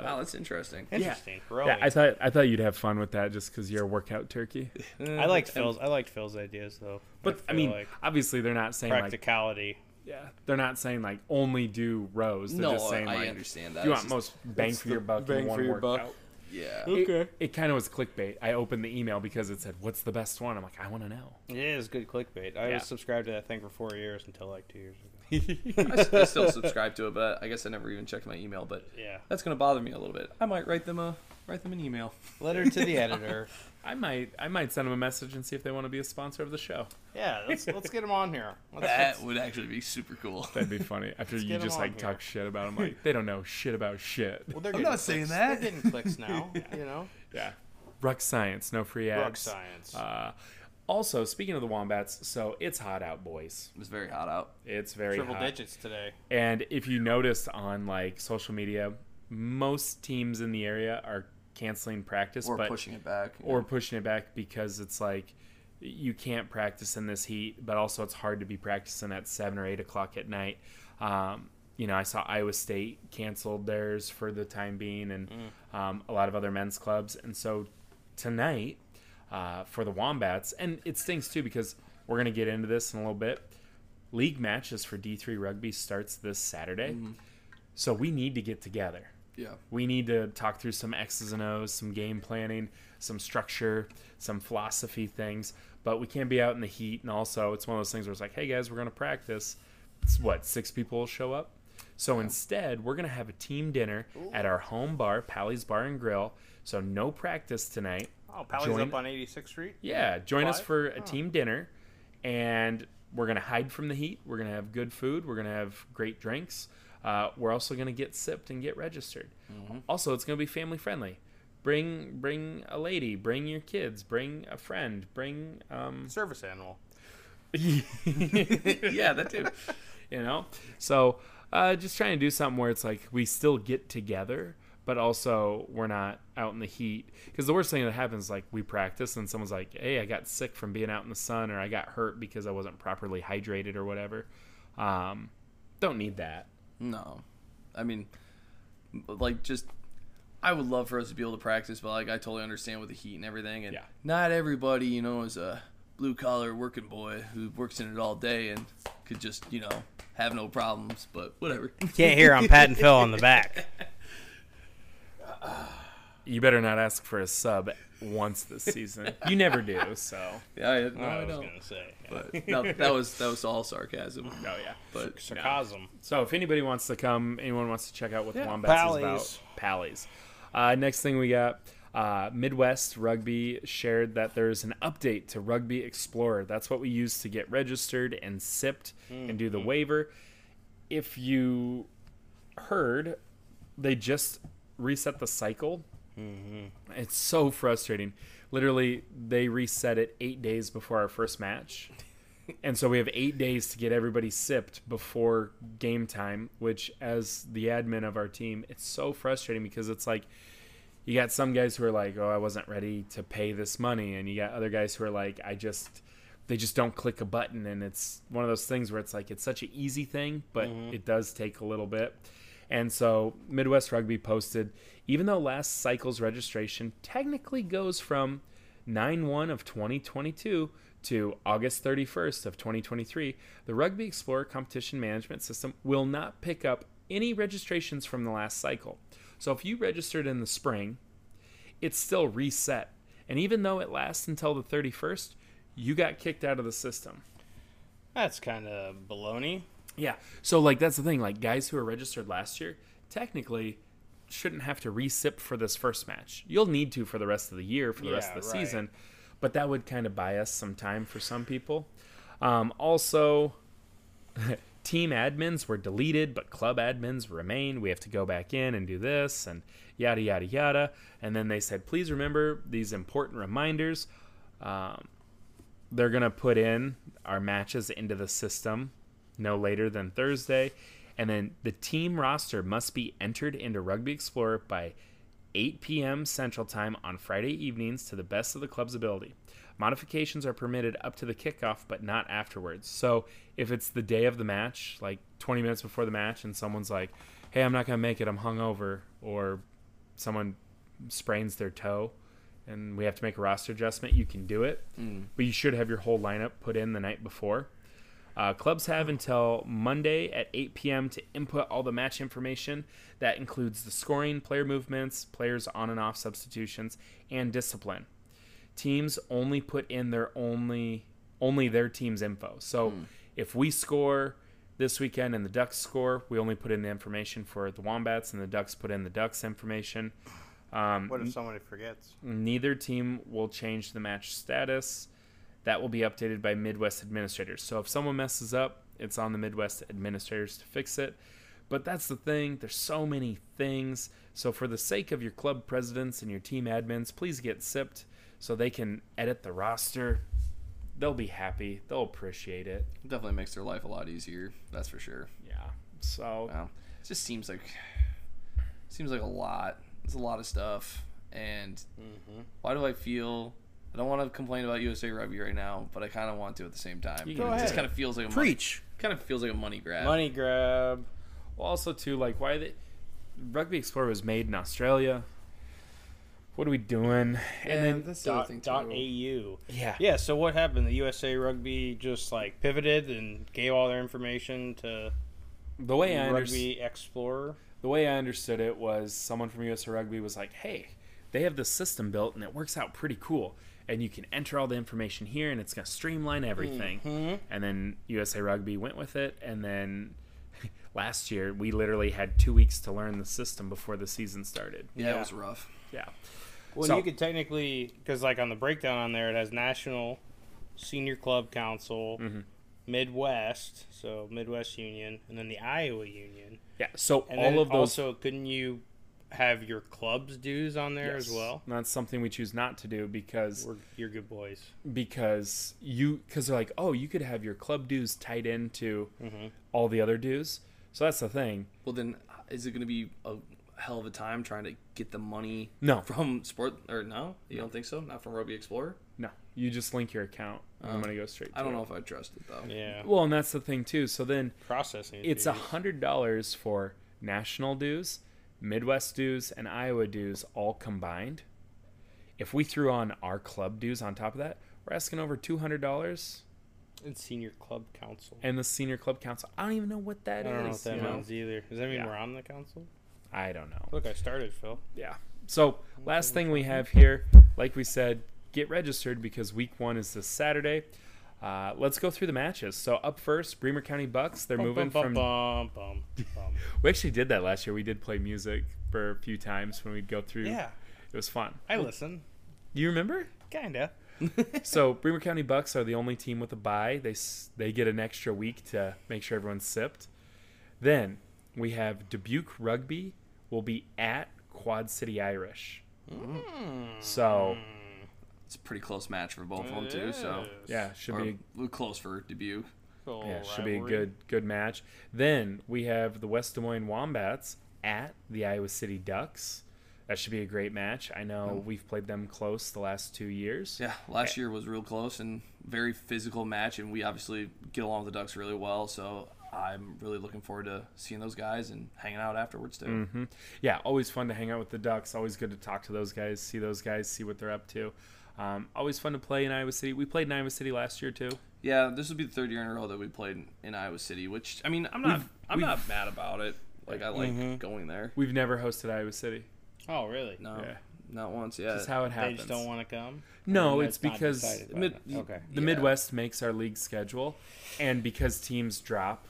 H: Wow, that's interesting.
I: interesting. Rowing.
G: yeah i thought i thought you'd have fun with that just because you're a workout turkey
I: I liked Phil's. I liked Phil's ideas though.
G: but i
I: feel
G: mean
I: like
G: obviously they're not saying like
I: practicality.
G: yeah they're not saying like only do rows they're
H: No,
G: just saying
H: I
G: like
H: understand that.
G: you
H: It's
G: want most
H: just-
G: bang for your buck in
I: bang
G: one
I: for your buck.
G: workout
H: Yeah.
G: okay it, kind of was clickbait i opened the email because it said what's the best one i'm like i want to know
I: It is good clickbait. I
G: Yeah.
I: was subscribed to that thing for four years until like two years ago.
H: I s- I still subscribe to it, but I guess I never even checked my email. But
I: Yeah.
H: that's gonna bother me a little bit. I might write them a write them an email.
I: Letter to the editor.
G: i might i might send them a message and see if they want to be a sponsor of the show
I: Yeah, let's let's get him on here. Let's,
H: That would actually be super cool.
G: That'd be funny. After you
I: get 'em
G: just
I: on
G: like
I: here.
G: talk shit about them, like they don't know shit about shit.
I: well, they're
H: I'm
I: getting
H: not saying
I: clicks.
H: that.
I: They're getting clicks now. You know,
G: Yeah. Ruck science, no free ads.
I: drug science.
G: Uh, also, speaking of the wombats, so it's hot out, boys.
H: It was very hot out.
G: It's very
I: Triple
G: hot.
I: digits today.
G: And if you notice on like social media, most teams in the area are canceling practice
H: Or
G: but,
H: pushing it back.
G: or pushing it back because it's like you can't practice in this heat, but also it's hard to be practicing at seven or eight o'clock at night. Um, you know, I saw Iowa State canceled theirs for the time being, and
H: Mm.
G: um, a lot of other men's clubs. And so tonight uh, for the Wombats, and it stinks too because we're gonna get into this in a little bit. League matches for D three rugby starts this Saturday, so we need to get together
H: yeah.
G: we need to talk through some X's and O's, some game planning, some structure, some philosophy things. But we can't be out in the heat. And also, it's one of those things where it's like, hey guys, we're going to practice. It's what, six people will show up? So instead, we're going to have a team dinner at our home bar, Pally's Bar and Grill. So no practice tonight.
I: Oh, Pally's
G: Join-
I: up on 86th Street.
G: Yeah, join us
I: Live?
G: for a team dinner, and we're gonna hide from the heat. We're gonna have good food. We're gonna have great drinks. Uh, we're also gonna get sipped and get registered. Also, it's gonna be family friendly. Bring bring a lady. Bring your kids. Bring a friend. Bring um
I: Service animal.
H: Yeah, that too.
G: you know. So uh, just trying to do something where it's like we still get together. But also, we're not out in the heat because the worst thing that happens is like we practice and someone's like, "Hey, I got sick from being out in the sun, or I got hurt because I wasn't properly hydrated, or whatever." Um, don't need that.
H: No, I mean, like just. I would love for us to be able to practice, but like I totally understand with the heat and everything, and
G: Yeah.
H: not everybody, you know, is a blue collar working boy who works in it all day and could just, you know, have no problems. But whatever.
I: Can't hear on Pat and Phil on the back.
G: You better not ask for a sub once this season. you never do. So,
H: Yeah, I, no,
I: I
H: I
I: was
H: don't.
I: gonna say
H: But no, that was that was all sarcasm.
G: oh yeah.
H: But
I: sarcasm.
G: So if anybody wants to come, anyone wants to check out what the Wombats is
I: Pallies.
G: about, Pallies. Uh, next thing we got, uh, Midwest Rugby shared that there's an update to Rugby Explorer. That's what we use to get registered and sipped and do the waiver. If you heard, they just reset the cycle It's so frustrating. Literally, they reset it eight days before our first match. And so we have eight days to get everybody sipped before game time, which, as the admin of our team, it's so frustrating because it's like you got some guys who are like, oh, I wasn't ready to pay this money. And you got other guys who are like, I just, they just don't click a button. And it's one of those things where it's like, it's such an easy thing, but it does take a little bit. And so Midwest Rugby posted, even though last cycle's registration technically goes from 9-1 of 2022 to August 31st of 2023, the Rugby Explorer competition management system will not pick up any registrations from the last cycle. So if you registered in the spring, it's still reset. And even though it lasts until the 31st, you got kicked out of the system.
I: That's kind of baloney.
G: Yeah. So like that's the thing. Like guys who are registered last year technically shouldn't have to resip for this first match. You'll need to for the rest of the year for the rest
I: Yeah,
G: of the
I: right.
G: season, but that would kind of buy us some time for some people. Um, also, team admins were deleted, but club admins remain. We have to go back in and do this and yada yada yada. And then they said, please remember these important reminders. Um, they're gonna put in our matches into the system no later than Thursday. And then the team roster must be entered into Rugby Explorer by 8 p.m. Central Time on Friday evenings to the best of the club's ability. Modifications are permitted up to the kickoff, but not afterwards. So if it's the day of the match, like 20 minutes before the match, and someone's like, hey, I'm not going to make it, I'm hungover, or someone sprains their toe and we have to make a roster adjustment, you can do it. But you should have your whole lineup put in the night before. Uh, clubs have until Monday at 8 p.m. to input all the match information. That includes the scoring, player movements, players on and off substitutions, and discipline. Teams only put in their only only their team's info. So if we score this weekend and the Ducks score, we only put in the information for the Wombats, and the Ducks put in the Ducks information.
I: What if somebody forgets?
G: Neither team will change the match status. That will be updated by Midwest administrators. So if someone messes up, it's on the Midwest administrators to fix it. But that's the thing, there's so many things. So for the sake of your club presidents and your team admins, please get sipped so they can edit the roster. They'll be happy. They'll appreciate it.
H: Definitely makes their life a lot easier. That's for sure.
G: Yeah. So
H: Wow. It just seems like seems like a lot. It's a lot of stuff. And
C: Mm-hmm.
H: why do I feel I don't want to complain about USA Rugby right now, but I kind of want to at the same time. it just kind of feels like a
I: Preach.
H: kind of feels like a money grab.
I: Money grab.
G: Well, also too, like why the Rugby Explorer was made in Australia. What are we doing? And then
H: that's the other
I: Dot,
H: thing too.
I: dot au.
G: Yeah.
I: Yeah. So what happened? The USA Rugby just like pivoted and gave all their information to
G: the way I unders-
I: Rugby Explorer.
G: the way I understood it was someone from USA Rugby was like, "Hey, they have this system built and it works out pretty cool, and you can enter all the information here, and it's gonna streamline everything." And then USA Rugby went with it, and then last year we literally had two weeks to learn the system before the season started.
H: Yeah, it was rough.
G: Yeah,
I: Well,
G: So-
I: you could technically, because like on the breakdown on there, it has National, Senior Club Council,
H: Mm-hmm.
I: Midwest, so Midwest Union, and then the Iowa Union.
G: yeah. So
I: And
G: all
I: then
G: of those
I: Also, couldn't you have your club's dues on there as well?
G: And That's something we choose not to do because
I: We're, you're good boys.
G: because you because they're like, oh, you could have your club dues tied into
I: Mm-hmm.
G: all the other dues. So that's the thing.
H: Well, then is it going to be a hell of a time trying to get the money
G: No.
H: from sport or no? You don't think so? Not from Rugby Explorer?
G: No, you just link your account.
I: Um,
G: I'm gonna go straight. To
H: I don't
G: it.
H: know if I trust it though.
I: Yeah.
G: Well, and that's the thing too. So then
I: Processing.
G: it's a
I: dues.
G: hundred dollars for national dues, Midwest dues, and Iowa dues all combined. If we threw on our club dues on top of that, we're asking over two hundred dollars.
I: It's Senior Club Council.
G: And the senior club council, I don't even know what that is.
I: I don't know what that
G: you know?
I: means e- either. Does that mean
G: Yeah.
I: we're on the council?
G: I don't know.
I: Look, I started, Phil.
G: yeah. So last thing we have here, like we said, get registered because week one is this Saturday. Uh, let's go through the matches. So up first, Bremer County Bucks. They're moving
I: bum,
G: from.
I: bum, bum, bum.
G: We actually did that last year. We did play music for a few times when we'd go through.
I: Yeah.
G: It was fun.
I: I listen.
G: You remember?
I: Kinda.
G: so Bremer County Bucks are the only team with a bye. They s- they get an extra week to make sure everyone's sipped. Then we have Dubuque Rugby will be at Quad City Irish. So
C: It's a pretty close match for both of them too. So
G: yeah, should
C: or,
G: be
C: close for Dubuque.
I: Cool
G: yeah, should be a
I: rivalry.
G: good good match. Then we have the West Des Moines Wombats at the Iowa City Ducks. That should be a great match. I know
C: Hmm.
G: we've played them close the last two years.
C: Yeah, last year was real close and very physical match, and we obviously get along with the Ducks really well. So I'm really looking forward to seeing those guys and hanging out afterwards too.
G: Mm-hmm. yeah, always fun to hang out with the Ducks. Always good to talk to those guys, see those guys, see what they're up to. Um, always fun to play in Iowa City. We played in Iowa City last year too.
C: Yeah, this would be the third year in a row that we played in, in Iowa City, which I mean, I'm not, I'm not mad about it. Like I like going there.
G: We've never hosted Iowa City.
I: Oh, really? No,
C: No,
G: Yeah.
C: not once. Yeah,
G: That's how it
I: Uh, they
G: happens.
I: just don't want to come.
G: no,
I: Or
G: it's
I: that's not
G: because
I: decided by
C: Mid-
I: them. okay.
G: the Midwest makes our league schedule, and because teams drop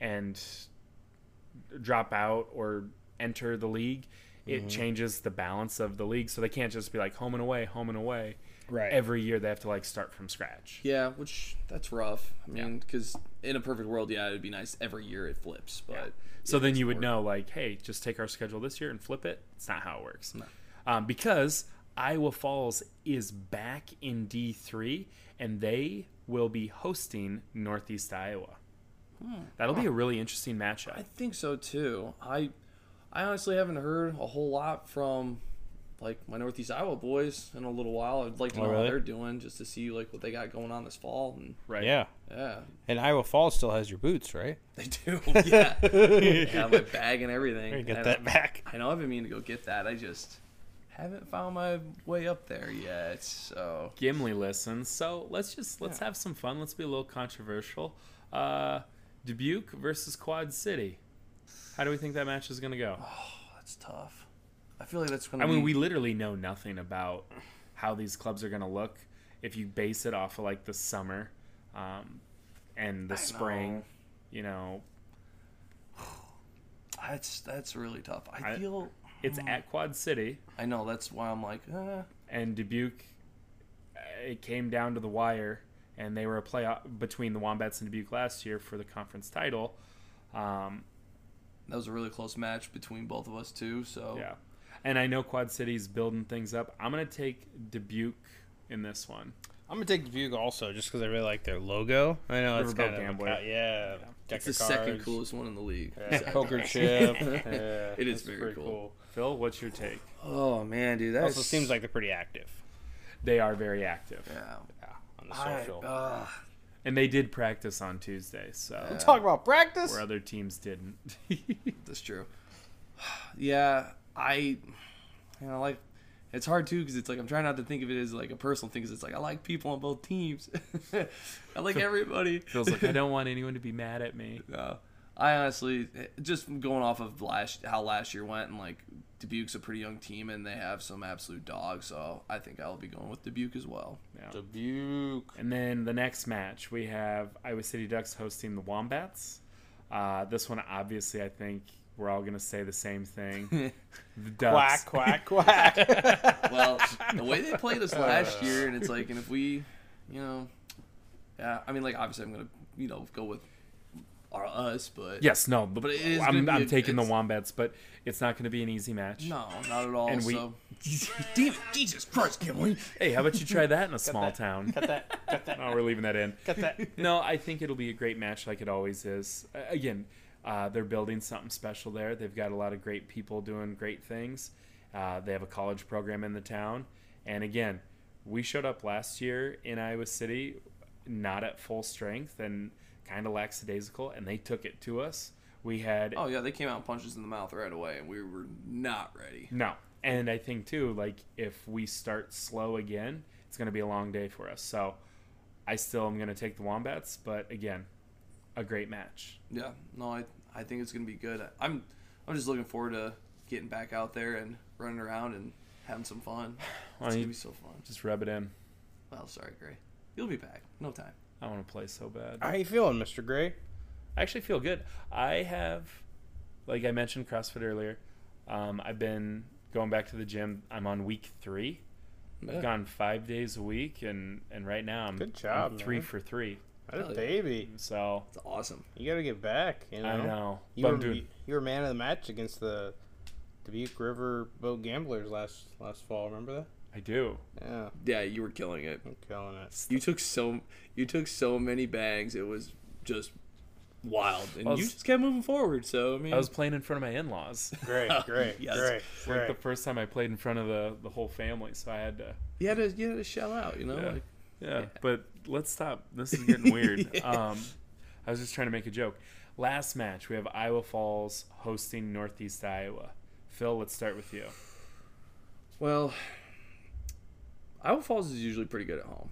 G: and drop out or enter the league, it
I: Mm-hmm.
G: changes the balance of the league. So they can't just be like home and away, home and away.
I: Right.
G: Every year they have to like start from scratch.
C: Yeah, which that's rough. I mean, because in a perfect world, yeah, it'd be nice every year it flips, but
G: So then you would know, like, hey, just take our schedule this year and flip it. It's not how it works. Um, because Iowa Falls is back in D3 and they will be hosting Northeast Iowa. That'll be a really interesting matchup.
C: I think so too. I I honestly haven't heard a whole lot from like my Northeast Iowa boys in a little while. I'd like to know how
I: Oh, really?
C: they're doing just to see like what they got going on this fall. And
G: Right.
I: Yeah,
C: yeah,
I: and Iowa Falls still has your boots, right?
C: they do. yeah, yeah, my bag and everything.
I: You get
C: And
I: that back.
C: I know I've been meaning to go get that. I just haven't found my way up there yet. So
G: Gimli listens. So let's just let's have some fun. Let's be a little controversial. Uh, Dubuque versus Quad City. How do we think that match is going to go?
C: Oh, that's tough. I feel like that's gonna.
G: I mean,
C: be-
G: we literally know nothing about how these clubs are going to look if you base it off of like the summer um, and the spring.
C: know.
G: You know,
C: That's that's really tough. I,
G: I-
C: feel
G: it's at Quad City
C: I know that's why I'm like, eh.
G: and Dubuque. uh, It came down to the wire, and they were a playoff between the Wombats and Dubuque last year for the conference title. Um,
C: that was a really close match between both of us too. So
G: Yeah. And I know Quad City's building things up. I'm going to take Dubuque in this one.
I: I'm gonna take Dubuque also, just because I really like their logo. I know it's
G: Riverboat
I: kind of
G: Gambler.
I: yeah, yeah.
C: it's the second coolest one in the league.
I: poker chip. yeah,
C: It is
I: that's
C: very
I: pretty
C: cool.
G: Phil, what's your take?
C: Oh man, dude, that
I: Also, seems like they're pretty active
G: They are very active.
I: on the social.
C: uh,
G: And they did practice on Tuesday, so
I: Talk about practice.
G: where other teams didn't.
C: that's true. Yeah, I, you know, like it's hard too because it's like I'm trying not to think of it as like a personal thing because it's like I like people on both teams. I like everybody.
G: Phil's like, I don't want anyone to be mad at me.
C: No. I honestly just going off of last how last year went and like Dubuque's a pretty young team and they have some absolute dogs, so I think I'll be going with Dubuque as well.
I: Dubuque.
G: And then the next match, we have Iowa City Ducks hosting the Wombats. Uh, this one, obviously, I think we're all going to say the same thing. the Ducks.
I: Quack quack quack.
C: Well, the way they played us
G: Uh.
C: last year and it's like and if we, you know, yeah, I mean like obviously I'm gonna you know go with our us, but
G: Yes, no, but,
C: But it is gonna
G: I'm,
C: be
G: I'm
C: a-
G: taking the
C: it's-
G: Wombats, but it's not going to be an easy match.
C: no, not at all.
G: And we-
C: so
G: Damn it, Jesus Christ, Gimli. Hey, how about you try that in a small town?
I: Cut that. Cut that.
G: No, we're leaving that in.
I: Cut that.
G: No, I think it'll be a great match like it always is. Uh, Again, uh, they're building something special there. They've got a lot of great people doing great things. Uh, they have a college program in the town. And again, we showed up last year in Iowa City not at full strength and kind of lackadaisical, and they took it to us. We had
C: oh yeah, they came out and punched us in the mouth right away and we were not ready.
G: No. And I think too, like if we start slow again, it's going to be a long day for us. So I still am going to take the Wombats, but again, a great match.
C: Yeah, no, I I think it's gonna be good. I'm I'm just looking forward to getting back out there and running around and having some fun. It's
G: you-
C: gonna be so fun.
G: Just rub it in.
C: Well, sorry, Gray. You'll be back. No time.
G: I want to play so bad.
I: How you feeling, Mr. Gray?
G: I actually feel good. I have, like I mentioned CrossFit earlier, um, I've been going back to the gym. I'm on week three. I've gone five days a week, and, and right now I'm,
I: Good job,
G: I'm three
I: man.
G: for three.
I: What
C: Hell yeah.
I: baby.
G: So
C: It's awesome.
I: You gotta get back. You know.
G: I know.
I: You
G: But
I: were,
G: I'm doing-
I: you, you were man of the match against the Dubuque River Boat Gamblers last last fall. Remember that?
G: I do.
I: Yeah,
C: Yeah, you were killing it.
I: I'm killing it.
C: You took so you took so many bangs. It was just wild, and
G: I
C: you
G: was-
C: just kept moving forward. So I mean,
G: I was playing in front of my in-laws.
I: Great, great, great,
G: like
I: great.
G: the first time I played in front of the the whole family, so I had to.
C: you had to you had to shell out. You know,
G: Yeah.
C: like,
G: Yeah, but let's stop. This is getting weird. um, I was just trying to make a joke. Last match, we have Iowa Falls hosting Northeast Iowa. Phil, let's start with you.
C: well, Iowa Falls is usually pretty good at home,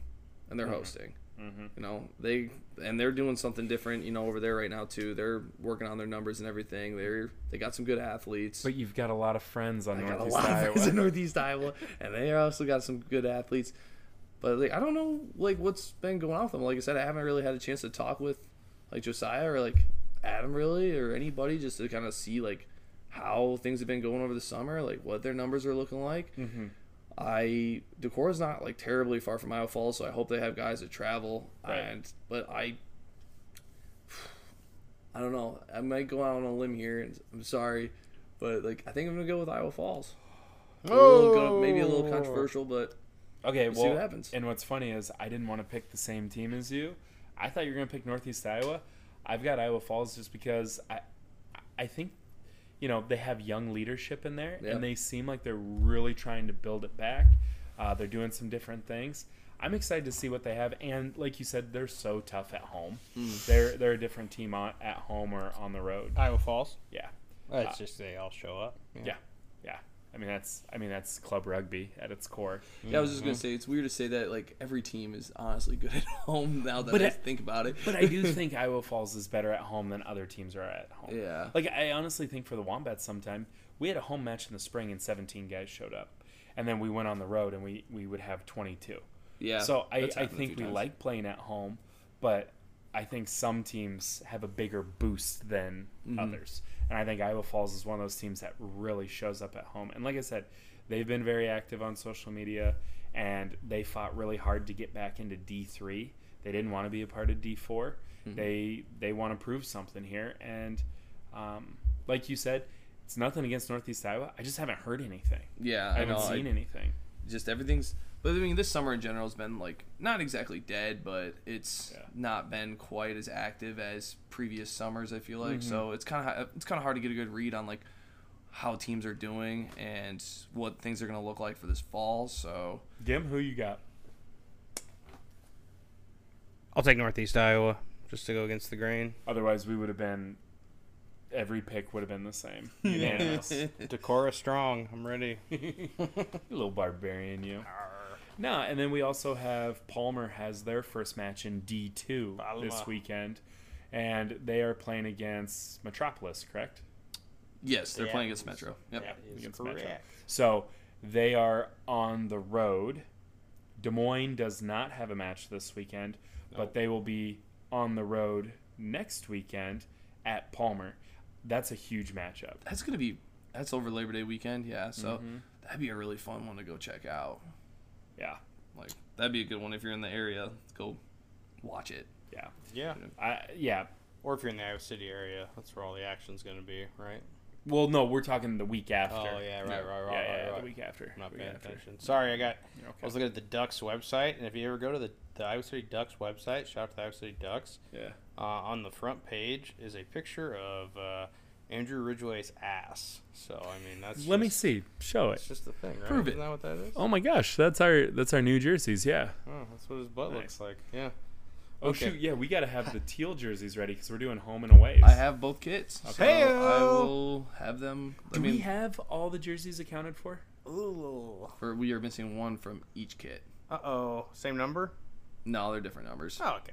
C: and they're hosting. You know, they and they're doing something different. You know, over there right now too. They're working on their numbers and everything. They're they got some good athletes.
G: But you've got a lot of friends on
C: I got a
G: Northeast
C: lot of
G: Iowa.
C: friends in Northeast Iowa, and they also got some good athletes. But like, I don't know, like what's been going on with them. Like I said, I haven't really had a chance to talk with like Josiah or like Adam really or anybody just to kind of see like how things have been going over the summer, like what their numbers are looking like.
G: Mm-hmm.
C: I Decora's not like terribly far from Iowa Falls, so I hope they have guys that travel.
G: Right.
C: And but I, I don't know. I might go out on a limb here, and I'm sorry, but like I think I'm gonna go with Iowa Falls. A
I: Oh!
C: little go- maybe a little controversial, but
G: Okay,
C: see
G: well,
C: what happens.
G: and what's funny is I didn't want to pick the same team as you. I thought you were going to pick Northeast Iowa. I've got Iowa Falls just because I, I think, you know, they have young leadership in there,
C: Yeah.
G: and they seem like they're really trying to build it back. Uh, they're doing some different things. I'm excited to see what they have, and like you said, they're so tough at home.
C: Hmm.
G: They're they're a different team on, at home or on the
C: Uh,
G: road.
I: Iowa Falls.
G: Yeah,
I: That's just they all show up.
G: yeah, yeah. I mean that's I mean that's club rugby at its core.
C: yeah, I was just gonna say it's weird to say that like every team is honestly good at home now that
G: But
C: I
G: I-
C: think about it.
G: But I do think Iowa Falls is better at home than other teams are at home.
C: Yeah.
G: Like I honestly think for the Wombats sometime, we had a home match in the spring and 17 guys showed up. And then we went on the road and we we would have 22.
C: yeah.
G: so I,
C: that's
G: I
C: happened a
G: think
C: few
G: we
C: times.
G: like playing at home, but I think some teams have a bigger boost than
C: Mm-hmm.
G: others. And I think Iowa Falls is one of those teams that really shows up at home. And like I said, they've been very active on social media and they fought really hard to get back into D3. They didn't want to be a part of D4.
C: Mm-hmm.
G: They they want to prove something here and um, like you said, it's nothing against Northeast Iowa. I just haven't heard anything.
C: Yeah,
G: I haven't
C: know,
G: seen anything.
C: just everything's but I mean this summer in general has been like not exactly dead, but it's not been quite as active as previous summers. I feel like
G: Mm-hmm.
C: so it's kind of it's kind of hard to get a good read on like how teams are doing and what things are going to look like for this fall. So
G: Jim, who you got?
I: I'll take Northeast Iowa just to go against the grain.
G: Otherwise, we would have been. Every pick would have been the same. Unanimous. you
I: Decorah strong. I'm ready.
G: little barbarian, you. No, and then we also have Palmer has their first match in D2
I: Palmer.
G: this weekend, and they are playing against Metropolis, correct?
C: yes, they're
I: Yeah.
C: playing against Metro. Yep.
G: Against Metro. So they are on the road. Des Moines does not have a match this weekend, but they will be on the road next weekend at Palmer. That's a huge matchup.
C: That's going to be that's over Labor Day weekend. Yeah, so
G: Mm-hmm.
C: that'd be a really fun one to go check out.
G: Yeah.
C: Like that'd be a good one if you're in the area. Go watch it.
G: Yeah.
I: Yeah.
G: I yeah.
I: Or if you're in the Iowa City area, that's where all the action's going to be, right?
G: Well, no, we're talking the week after.
I: Oh, yeah, right, right, right,
G: Yeah,
I: right,
G: yeah,
I: right.
G: the week after.
I: I'm not
G: Week
I: paying
G: after.
I: attention. Sorry, I got.
G: okay.
I: I was looking at the Ducks website, and if you ever go to the, the Iowa City Ducks website, shout out to the Iowa City Ducks.
G: Yeah.
I: Uh, on the front page is a picture of uh, Andrew Ridgeway's ass. So I mean, that's
G: Let me
I: just-
G: see. Show it.
I: It's just the thing, right?
C: Prove it.
I: Isn't that what that is?
G: Oh my gosh, that's our that's our new jerseys. Yeah.
I: Oh, that's what his butt looks like. Yeah.
G: Oh
I: Okay.
G: shoot, yeah, we got to have the teal jerseys ready cuz we're doing home and away.
C: I have both kits. So I
I: Heyo!
C: will have them. I
G: Do
C: mean,
G: we have all the jerseys accounted for?
I: Ooh.
C: or we are missing one from each kit.
I: Uh oh. Same number.
C: No, they're different numbers.
I: Oh, okay.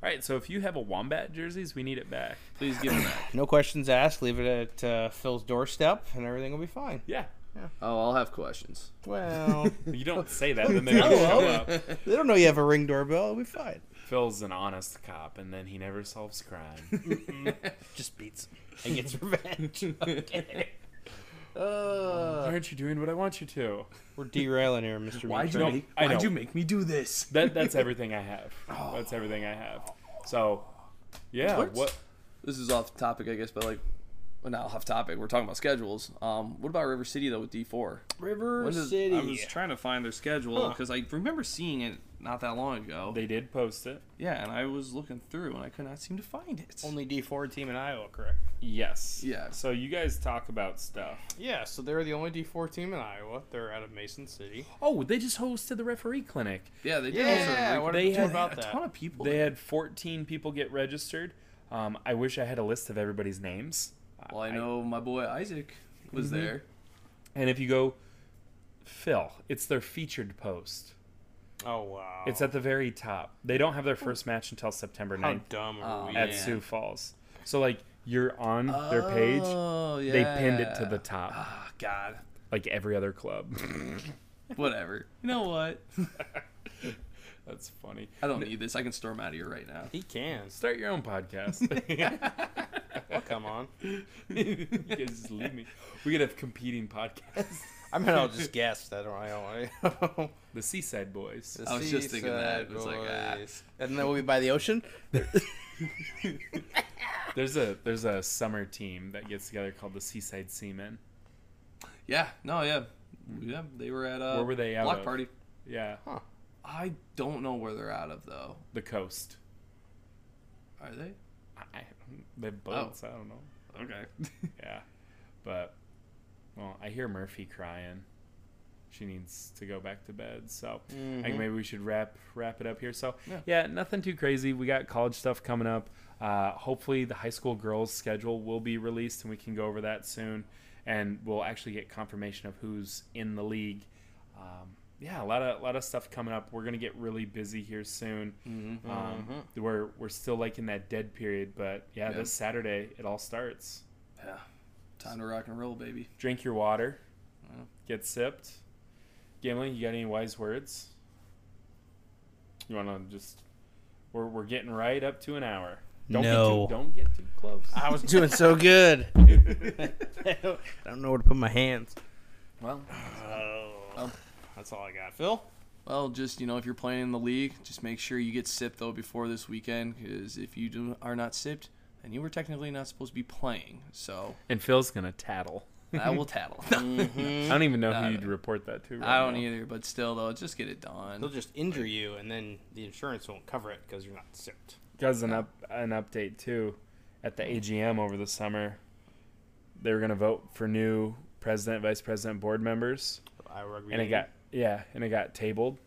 G: All right, so if you have a wombat jerseys, we need it back.
C: Please give them back.
I: No questions asked. Leave it at uh, Phil's doorstep, and everything will be fine.
G: Yeah.
C: Oh, I'll have questions.
I: Well,
G: You don't say that, then they don't show up.
I: they don't know you have a ring doorbell. It'll be fine.
G: Phil's an honest cop, and then he never solves
I: Uh,
G: crime.
I: Just beats him and gets revenge. Okay.
G: Why aren't you doing what I want you to?
I: We're derailing here, Mr.
C: Why'd you
I: Meacham.
C: make?
G: I
C: Why'd
G: know.
C: you make me do this?
G: That that's everything I have. That's everything I have. So, yeah,
C: What?
G: what
C: This is off topic, I guess, but like, well, now off topic. We're talking about schedules. Um, what about River City though with D four?
I: River
C: When does-
I: City.
C: I was trying to find their schedule because I remember seeing it not that long ago.
G: They did post it.
C: yeah, and I was looking through and I could not seem to find it.
I: Only D four team in Iowa, correct?
G: Yes.
C: Yeah.
G: So you guys talk about stuff.
I: Yeah, so they're the only D four team in Iowa. They're out of Mason City.
G: Oh, they just hosted the referee clinic.
C: yeah, they did.
I: Yeah,
C: also,
I: what
G: they
I: they
G: had
I: about
C: a
I: that?
C: ton of people.
G: They
C: there.
G: had 14 people get registered. Um, I wish I had a list of everybody's names.
C: well, I know my boy Isaac was
G: Mm-hmm.
C: there.
G: And if you go, Phil, it's their featured post.
I: Oh wow,
G: It's at the very top. They don't have their first match until September
I: how
G: 9th
I: dumb
H: uh,
I: are we?
G: at
C: yeah.
G: Sioux Falls. So like you're on their page.
C: Oh yeah.
G: They pinned it to the top,
C: Oh, God.
G: like every other club.
C: Whatever. You know what?
G: That's funny.
C: I don't need this. I can storm out of here right now.
I: He can.
G: Start your own podcast.
I: Well, come on.
G: you guys just leave me. We could have competing podcasts.
I: I mean, I'll just guess. I don't. I don't. I
G: The Seaside Boys.
C: I was just thinking that. It was like, ah.
I: and then we'll be by the ocean.
G: There's a there's a summer team that gets together called the Seaside Seamen.
C: Yeah. No. Yeah. Yeah. They were at a
G: Where were they out
C: block
G: of?
C: party.
G: Yeah,
C: I don't know where they're out of though.
G: the coast.
C: Are they?
G: I, they have boats. I don't know.
C: Okay.
G: Yeah, but well, I hear Murphy crying. She needs to go back to bed, so I think maybe we should wrap wrap it up here. So Mm-hmm. yeah, nothing too crazy. We got college stuff coming up. Uh, hopefully, the high school girls' schedule will be released, and we can go over that soon. And we'll actually get confirmation of who's in the league. Um, yeah, a lot of lot of stuff coming up. We're gonna get really busy here soon. Um, we're we're still like in that dead period, but yeah, this Saturday it all starts
C: yeah. Time to rock and roll, baby.
G: drink your water, get sipped. Gimli, you got any wise words? You want to just we're we're getting right up to an hour. Don't
I: No.
G: get too, don't get too close.
I: I was doing so good. I don't- I don't know where to put my hands.
C: Well, Hmm.
I: Oh, that's all I got, Phil.
C: well, just you know, if you're playing in the league, just make sure you get sipped though before this weekend, because if you do are not sipped, then you were technically not supposed to be playing. So
G: And Phil's gonna tattle.
C: I will tattle.
G: I don't even know who you'd report that to. Right
C: Mm-hmm. I don't
G: now.
C: either, but still though, just get it
I: They'll
C: done.
I: just injure you, and then the insurance won't cover it because you're not sipped.
G: Guys, an up an update too. At the AGM over the summer, they were gonna vote for new president, vice president, board members.
I: I rugby.
G: and it
I: union.
G: got yeah, and it got tabled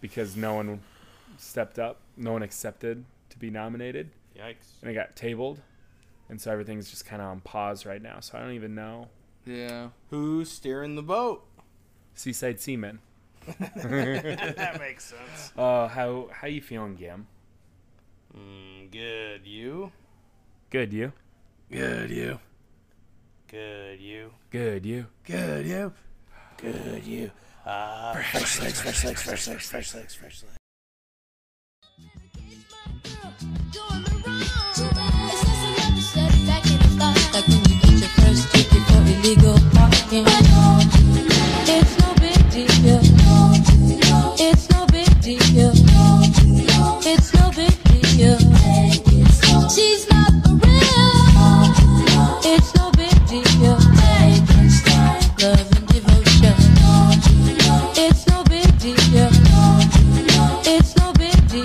G: because no one stepped up, no one accepted to be nominated,
I: yikes.
G: and it got tabled, and so everything's just kind of on pause right now. So I don't even know
C: Yeah.
I: Who's steering the boat?
G: Seaside Seamen.
I: That makes sense.
G: Uh, how how you feeling, Gim?
I: Mm, good you.
G: Good, you?
C: Good you.
I: Good you.
G: Good, you?
C: Good you.
I: Good you. Ah, fresh legs, fresh legs, fresh legs, fresh legs, fresh legs.
J: She's not a real. It's no big deal. Love and devotion. It's no big deal. It's no big deal. It's no big deal.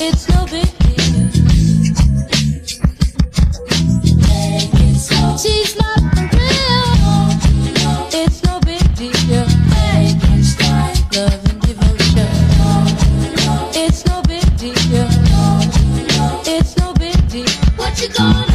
J: It's no big deal. She's not for real. It's no big deal. Love and devotion. It's no big deal. It's no big deal. What you gonna